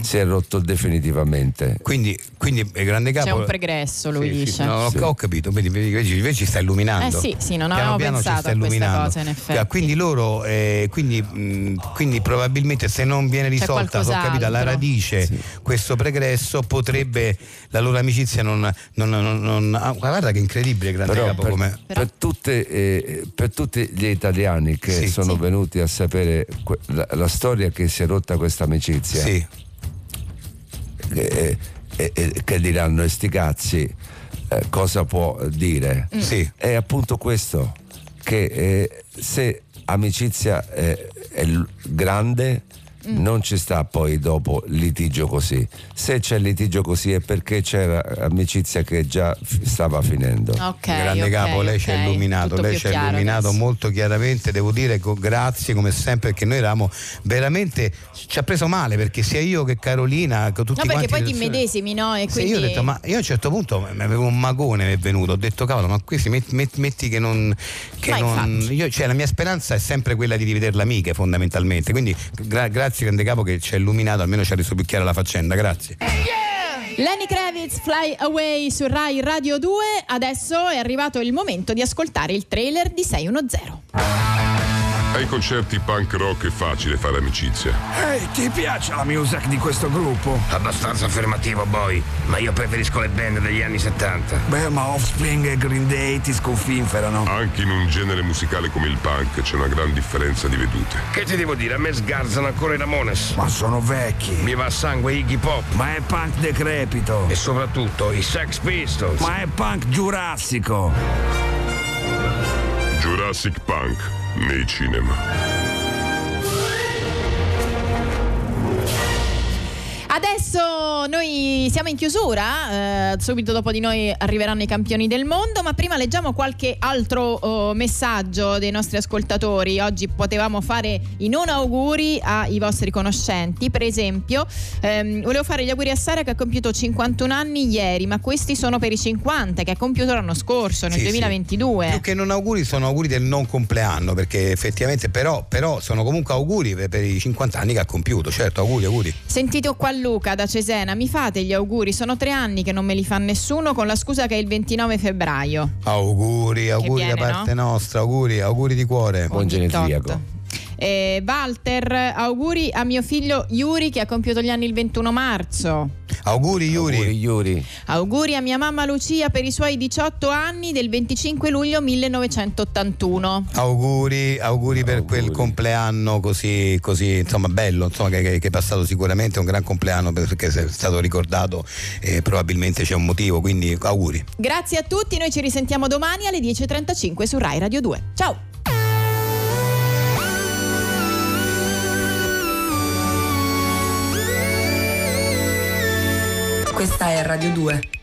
Speaker 5: si è rotto definitivamente.
Speaker 4: Quindi, quindi eh, grande capo.
Speaker 3: C'è un pregresso, lui
Speaker 4: Sì, sì,
Speaker 3: dice.
Speaker 4: no, ho-
Speaker 5: Sì.
Speaker 4: Ho capito, vedi, vedi, vedi, invece ci sta illuminando.
Speaker 3: Eh sì, sì, non
Speaker 4: piano
Speaker 3: avevo
Speaker 4: piano ci
Speaker 3: pensato
Speaker 4: sta
Speaker 3: a questa
Speaker 4: illuminando.
Speaker 3: cosa, in effetti.
Speaker 4: Cioè, Quindi loro, eh, quindi, mh, quindi probabilmente se non viene risolta, se ho capito, alla
Speaker 3: qualcos'altro.
Speaker 4: radice questo pregresso potrebbe la loro amicizia non. non- non- non- ah, guarda che incredibile, grande
Speaker 5: Però
Speaker 4: capo
Speaker 5: per,
Speaker 4: come.
Speaker 5: per tutte, eh, per tutti gli italiani che
Speaker 4: Sì.
Speaker 5: sono
Speaker 3: Sì.
Speaker 5: venuti a sapere que- la, la storia che si è rotta questa amicizia,
Speaker 4: Sì,
Speaker 5: eh, eh, eh, che diranno "E sti cazzi, eh, cosa può dire?
Speaker 3: Mm.
Speaker 4: sì.
Speaker 5: È appunto questo, che eh, se amicizia eh, è l- grande non ci sta poi dopo litigio così. Se c'è litigio così è perché c'era amicizia che già f- stava finendo.
Speaker 3: Ok.
Speaker 4: Cioè, grande
Speaker 3: ok,
Speaker 4: capo, lei ci ha
Speaker 3: ok.
Speaker 4: illuminato,
Speaker 3: Tutto
Speaker 4: lei
Speaker 3: più
Speaker 4: ci ha
Speaker 3: chiaro
Speaker 4: illuminato
Speaker 3: adesso.
Speaker 4: molto chiaramente, devo dire co- grazie come sempre perché noi eravamo veramente ci ha preso male perché sia io che Carolina, co- tutti
Speaker 3: No, perché
Speaker 4: quanti
Speaker 3: poi ti
Speaker 4: persone-
Speaker 3: medesimi, no? E
Speaker 4: Sì,
Speaker 3: quindi...
Speaker 4: io ho detto, ma io a un certo punto mi avevo un magone che è venuto, ho detto cavolo, ma questi met- met- metti che non. Che
Speaker 3: Ma
Speaker 4: non
Speaker 3: infatti.
Speaker 4: io- cioè, la mia speranza è sempre quella di rivederla amiche fondamentalmente. Quindi gra- grazie grande capo che ci ha illuminato, almeno ci ha reso più chiara la faccenda, grazie.
Speaker 3: Lenny Kravitz Fly Away su Rai Radio 2. Adesso è arrivato il momento di ascoltare il trailer di 610.
Speaker 9: Ai concerti punk rock è facile fare amicizia.
Speaker 10: Ehi, ti piace la music di questo gruppo?
Speaker 11: Abbastanza affermativo, boy, ma io preferisco le band degli anni 70.
Speaker 10: Beh, ma Offspring e Green Day ti sconfinferano.
Speaker 9: Anche in un genere musicale come il punk c'è una gran differenza di vedute.
Speaker 11: Che ti devo dire, a me sgarzano ancora i Ramones.
Speaker 10: Ma sono vecchi.
Speaker 11: Mi va a sangue Iggy Pop
Speaker 10: Ma è punk decrepito.
Speaker 11: e soprattutto i Sex Pistols.
Speaker 10: Ma è punk giurassico.
Speaker 9: Jurassic Punk nei cinema.
Speaker 3: Adesso noi siamo in chiusura, eh, subito dopo di noi arriveranno i campioni del mondo, ma prima leggiamo qualche altro oh, messaggio dei nostri ascoltatori. Oggi potevamo fare i non auguri ai vostri conoscenti, per esempio ehm, volevo fare gli auguri a Sara che ha compiuto 51 anni ieri, ma questi sono per i 50 che ha compiuto l'anno scorso, nel
Speaker 4: Sì, sì.
Speaker 3: 2022.
Speaker 4: Più che non auguri sono auguri del non compleanno, perché effettivamente però, però sono comunque auguri per, per i 50 anni che ha compiuto, certo, auguri, auguri.
Speaker 3: Sentite qua Luca da Cesena, mi fate gli auguri, sono tre anni che non me li fa nessuno con la scusa che è il 29 febbraio.
Speaker 4: Auguri, auguri da
Speaker 3: viene,
Speaker 4: parte nostra, auguri, auguri di cuore.
Speaker 5: Buon
Speaker 3: Ogni
Speaker 5: genetriaco.
Speaker 3: tot. Eh, Walter, auguri a mio figlio Yuri che ha compiuto gli anni il 21 marzo.
Speaker 4: Auguri
Speaker 5: Auguri,
Speaker 4: Yuri.
Speaker 5: Yuri.
Speaker 3: Auguri a mia mamma Lucia per i suoi 18 anni del 25 luglio 1981.
Speaker 4: Auguri, auguri per quel
Speaker 5: Auguri.
Speaker 4: compleanno così, così insomma bello, insomma, che, che- che è passato sicuramente un gran compleanno perché se è stato ricordato e probabilmente c'è un motivo, quindi auguri.
Speaker 3: Grazie a tutti, noi ci risentiamo domani alle 10.35 su Rai Radio 2. Ciao!
Speaker 1: Questa è Radio 2.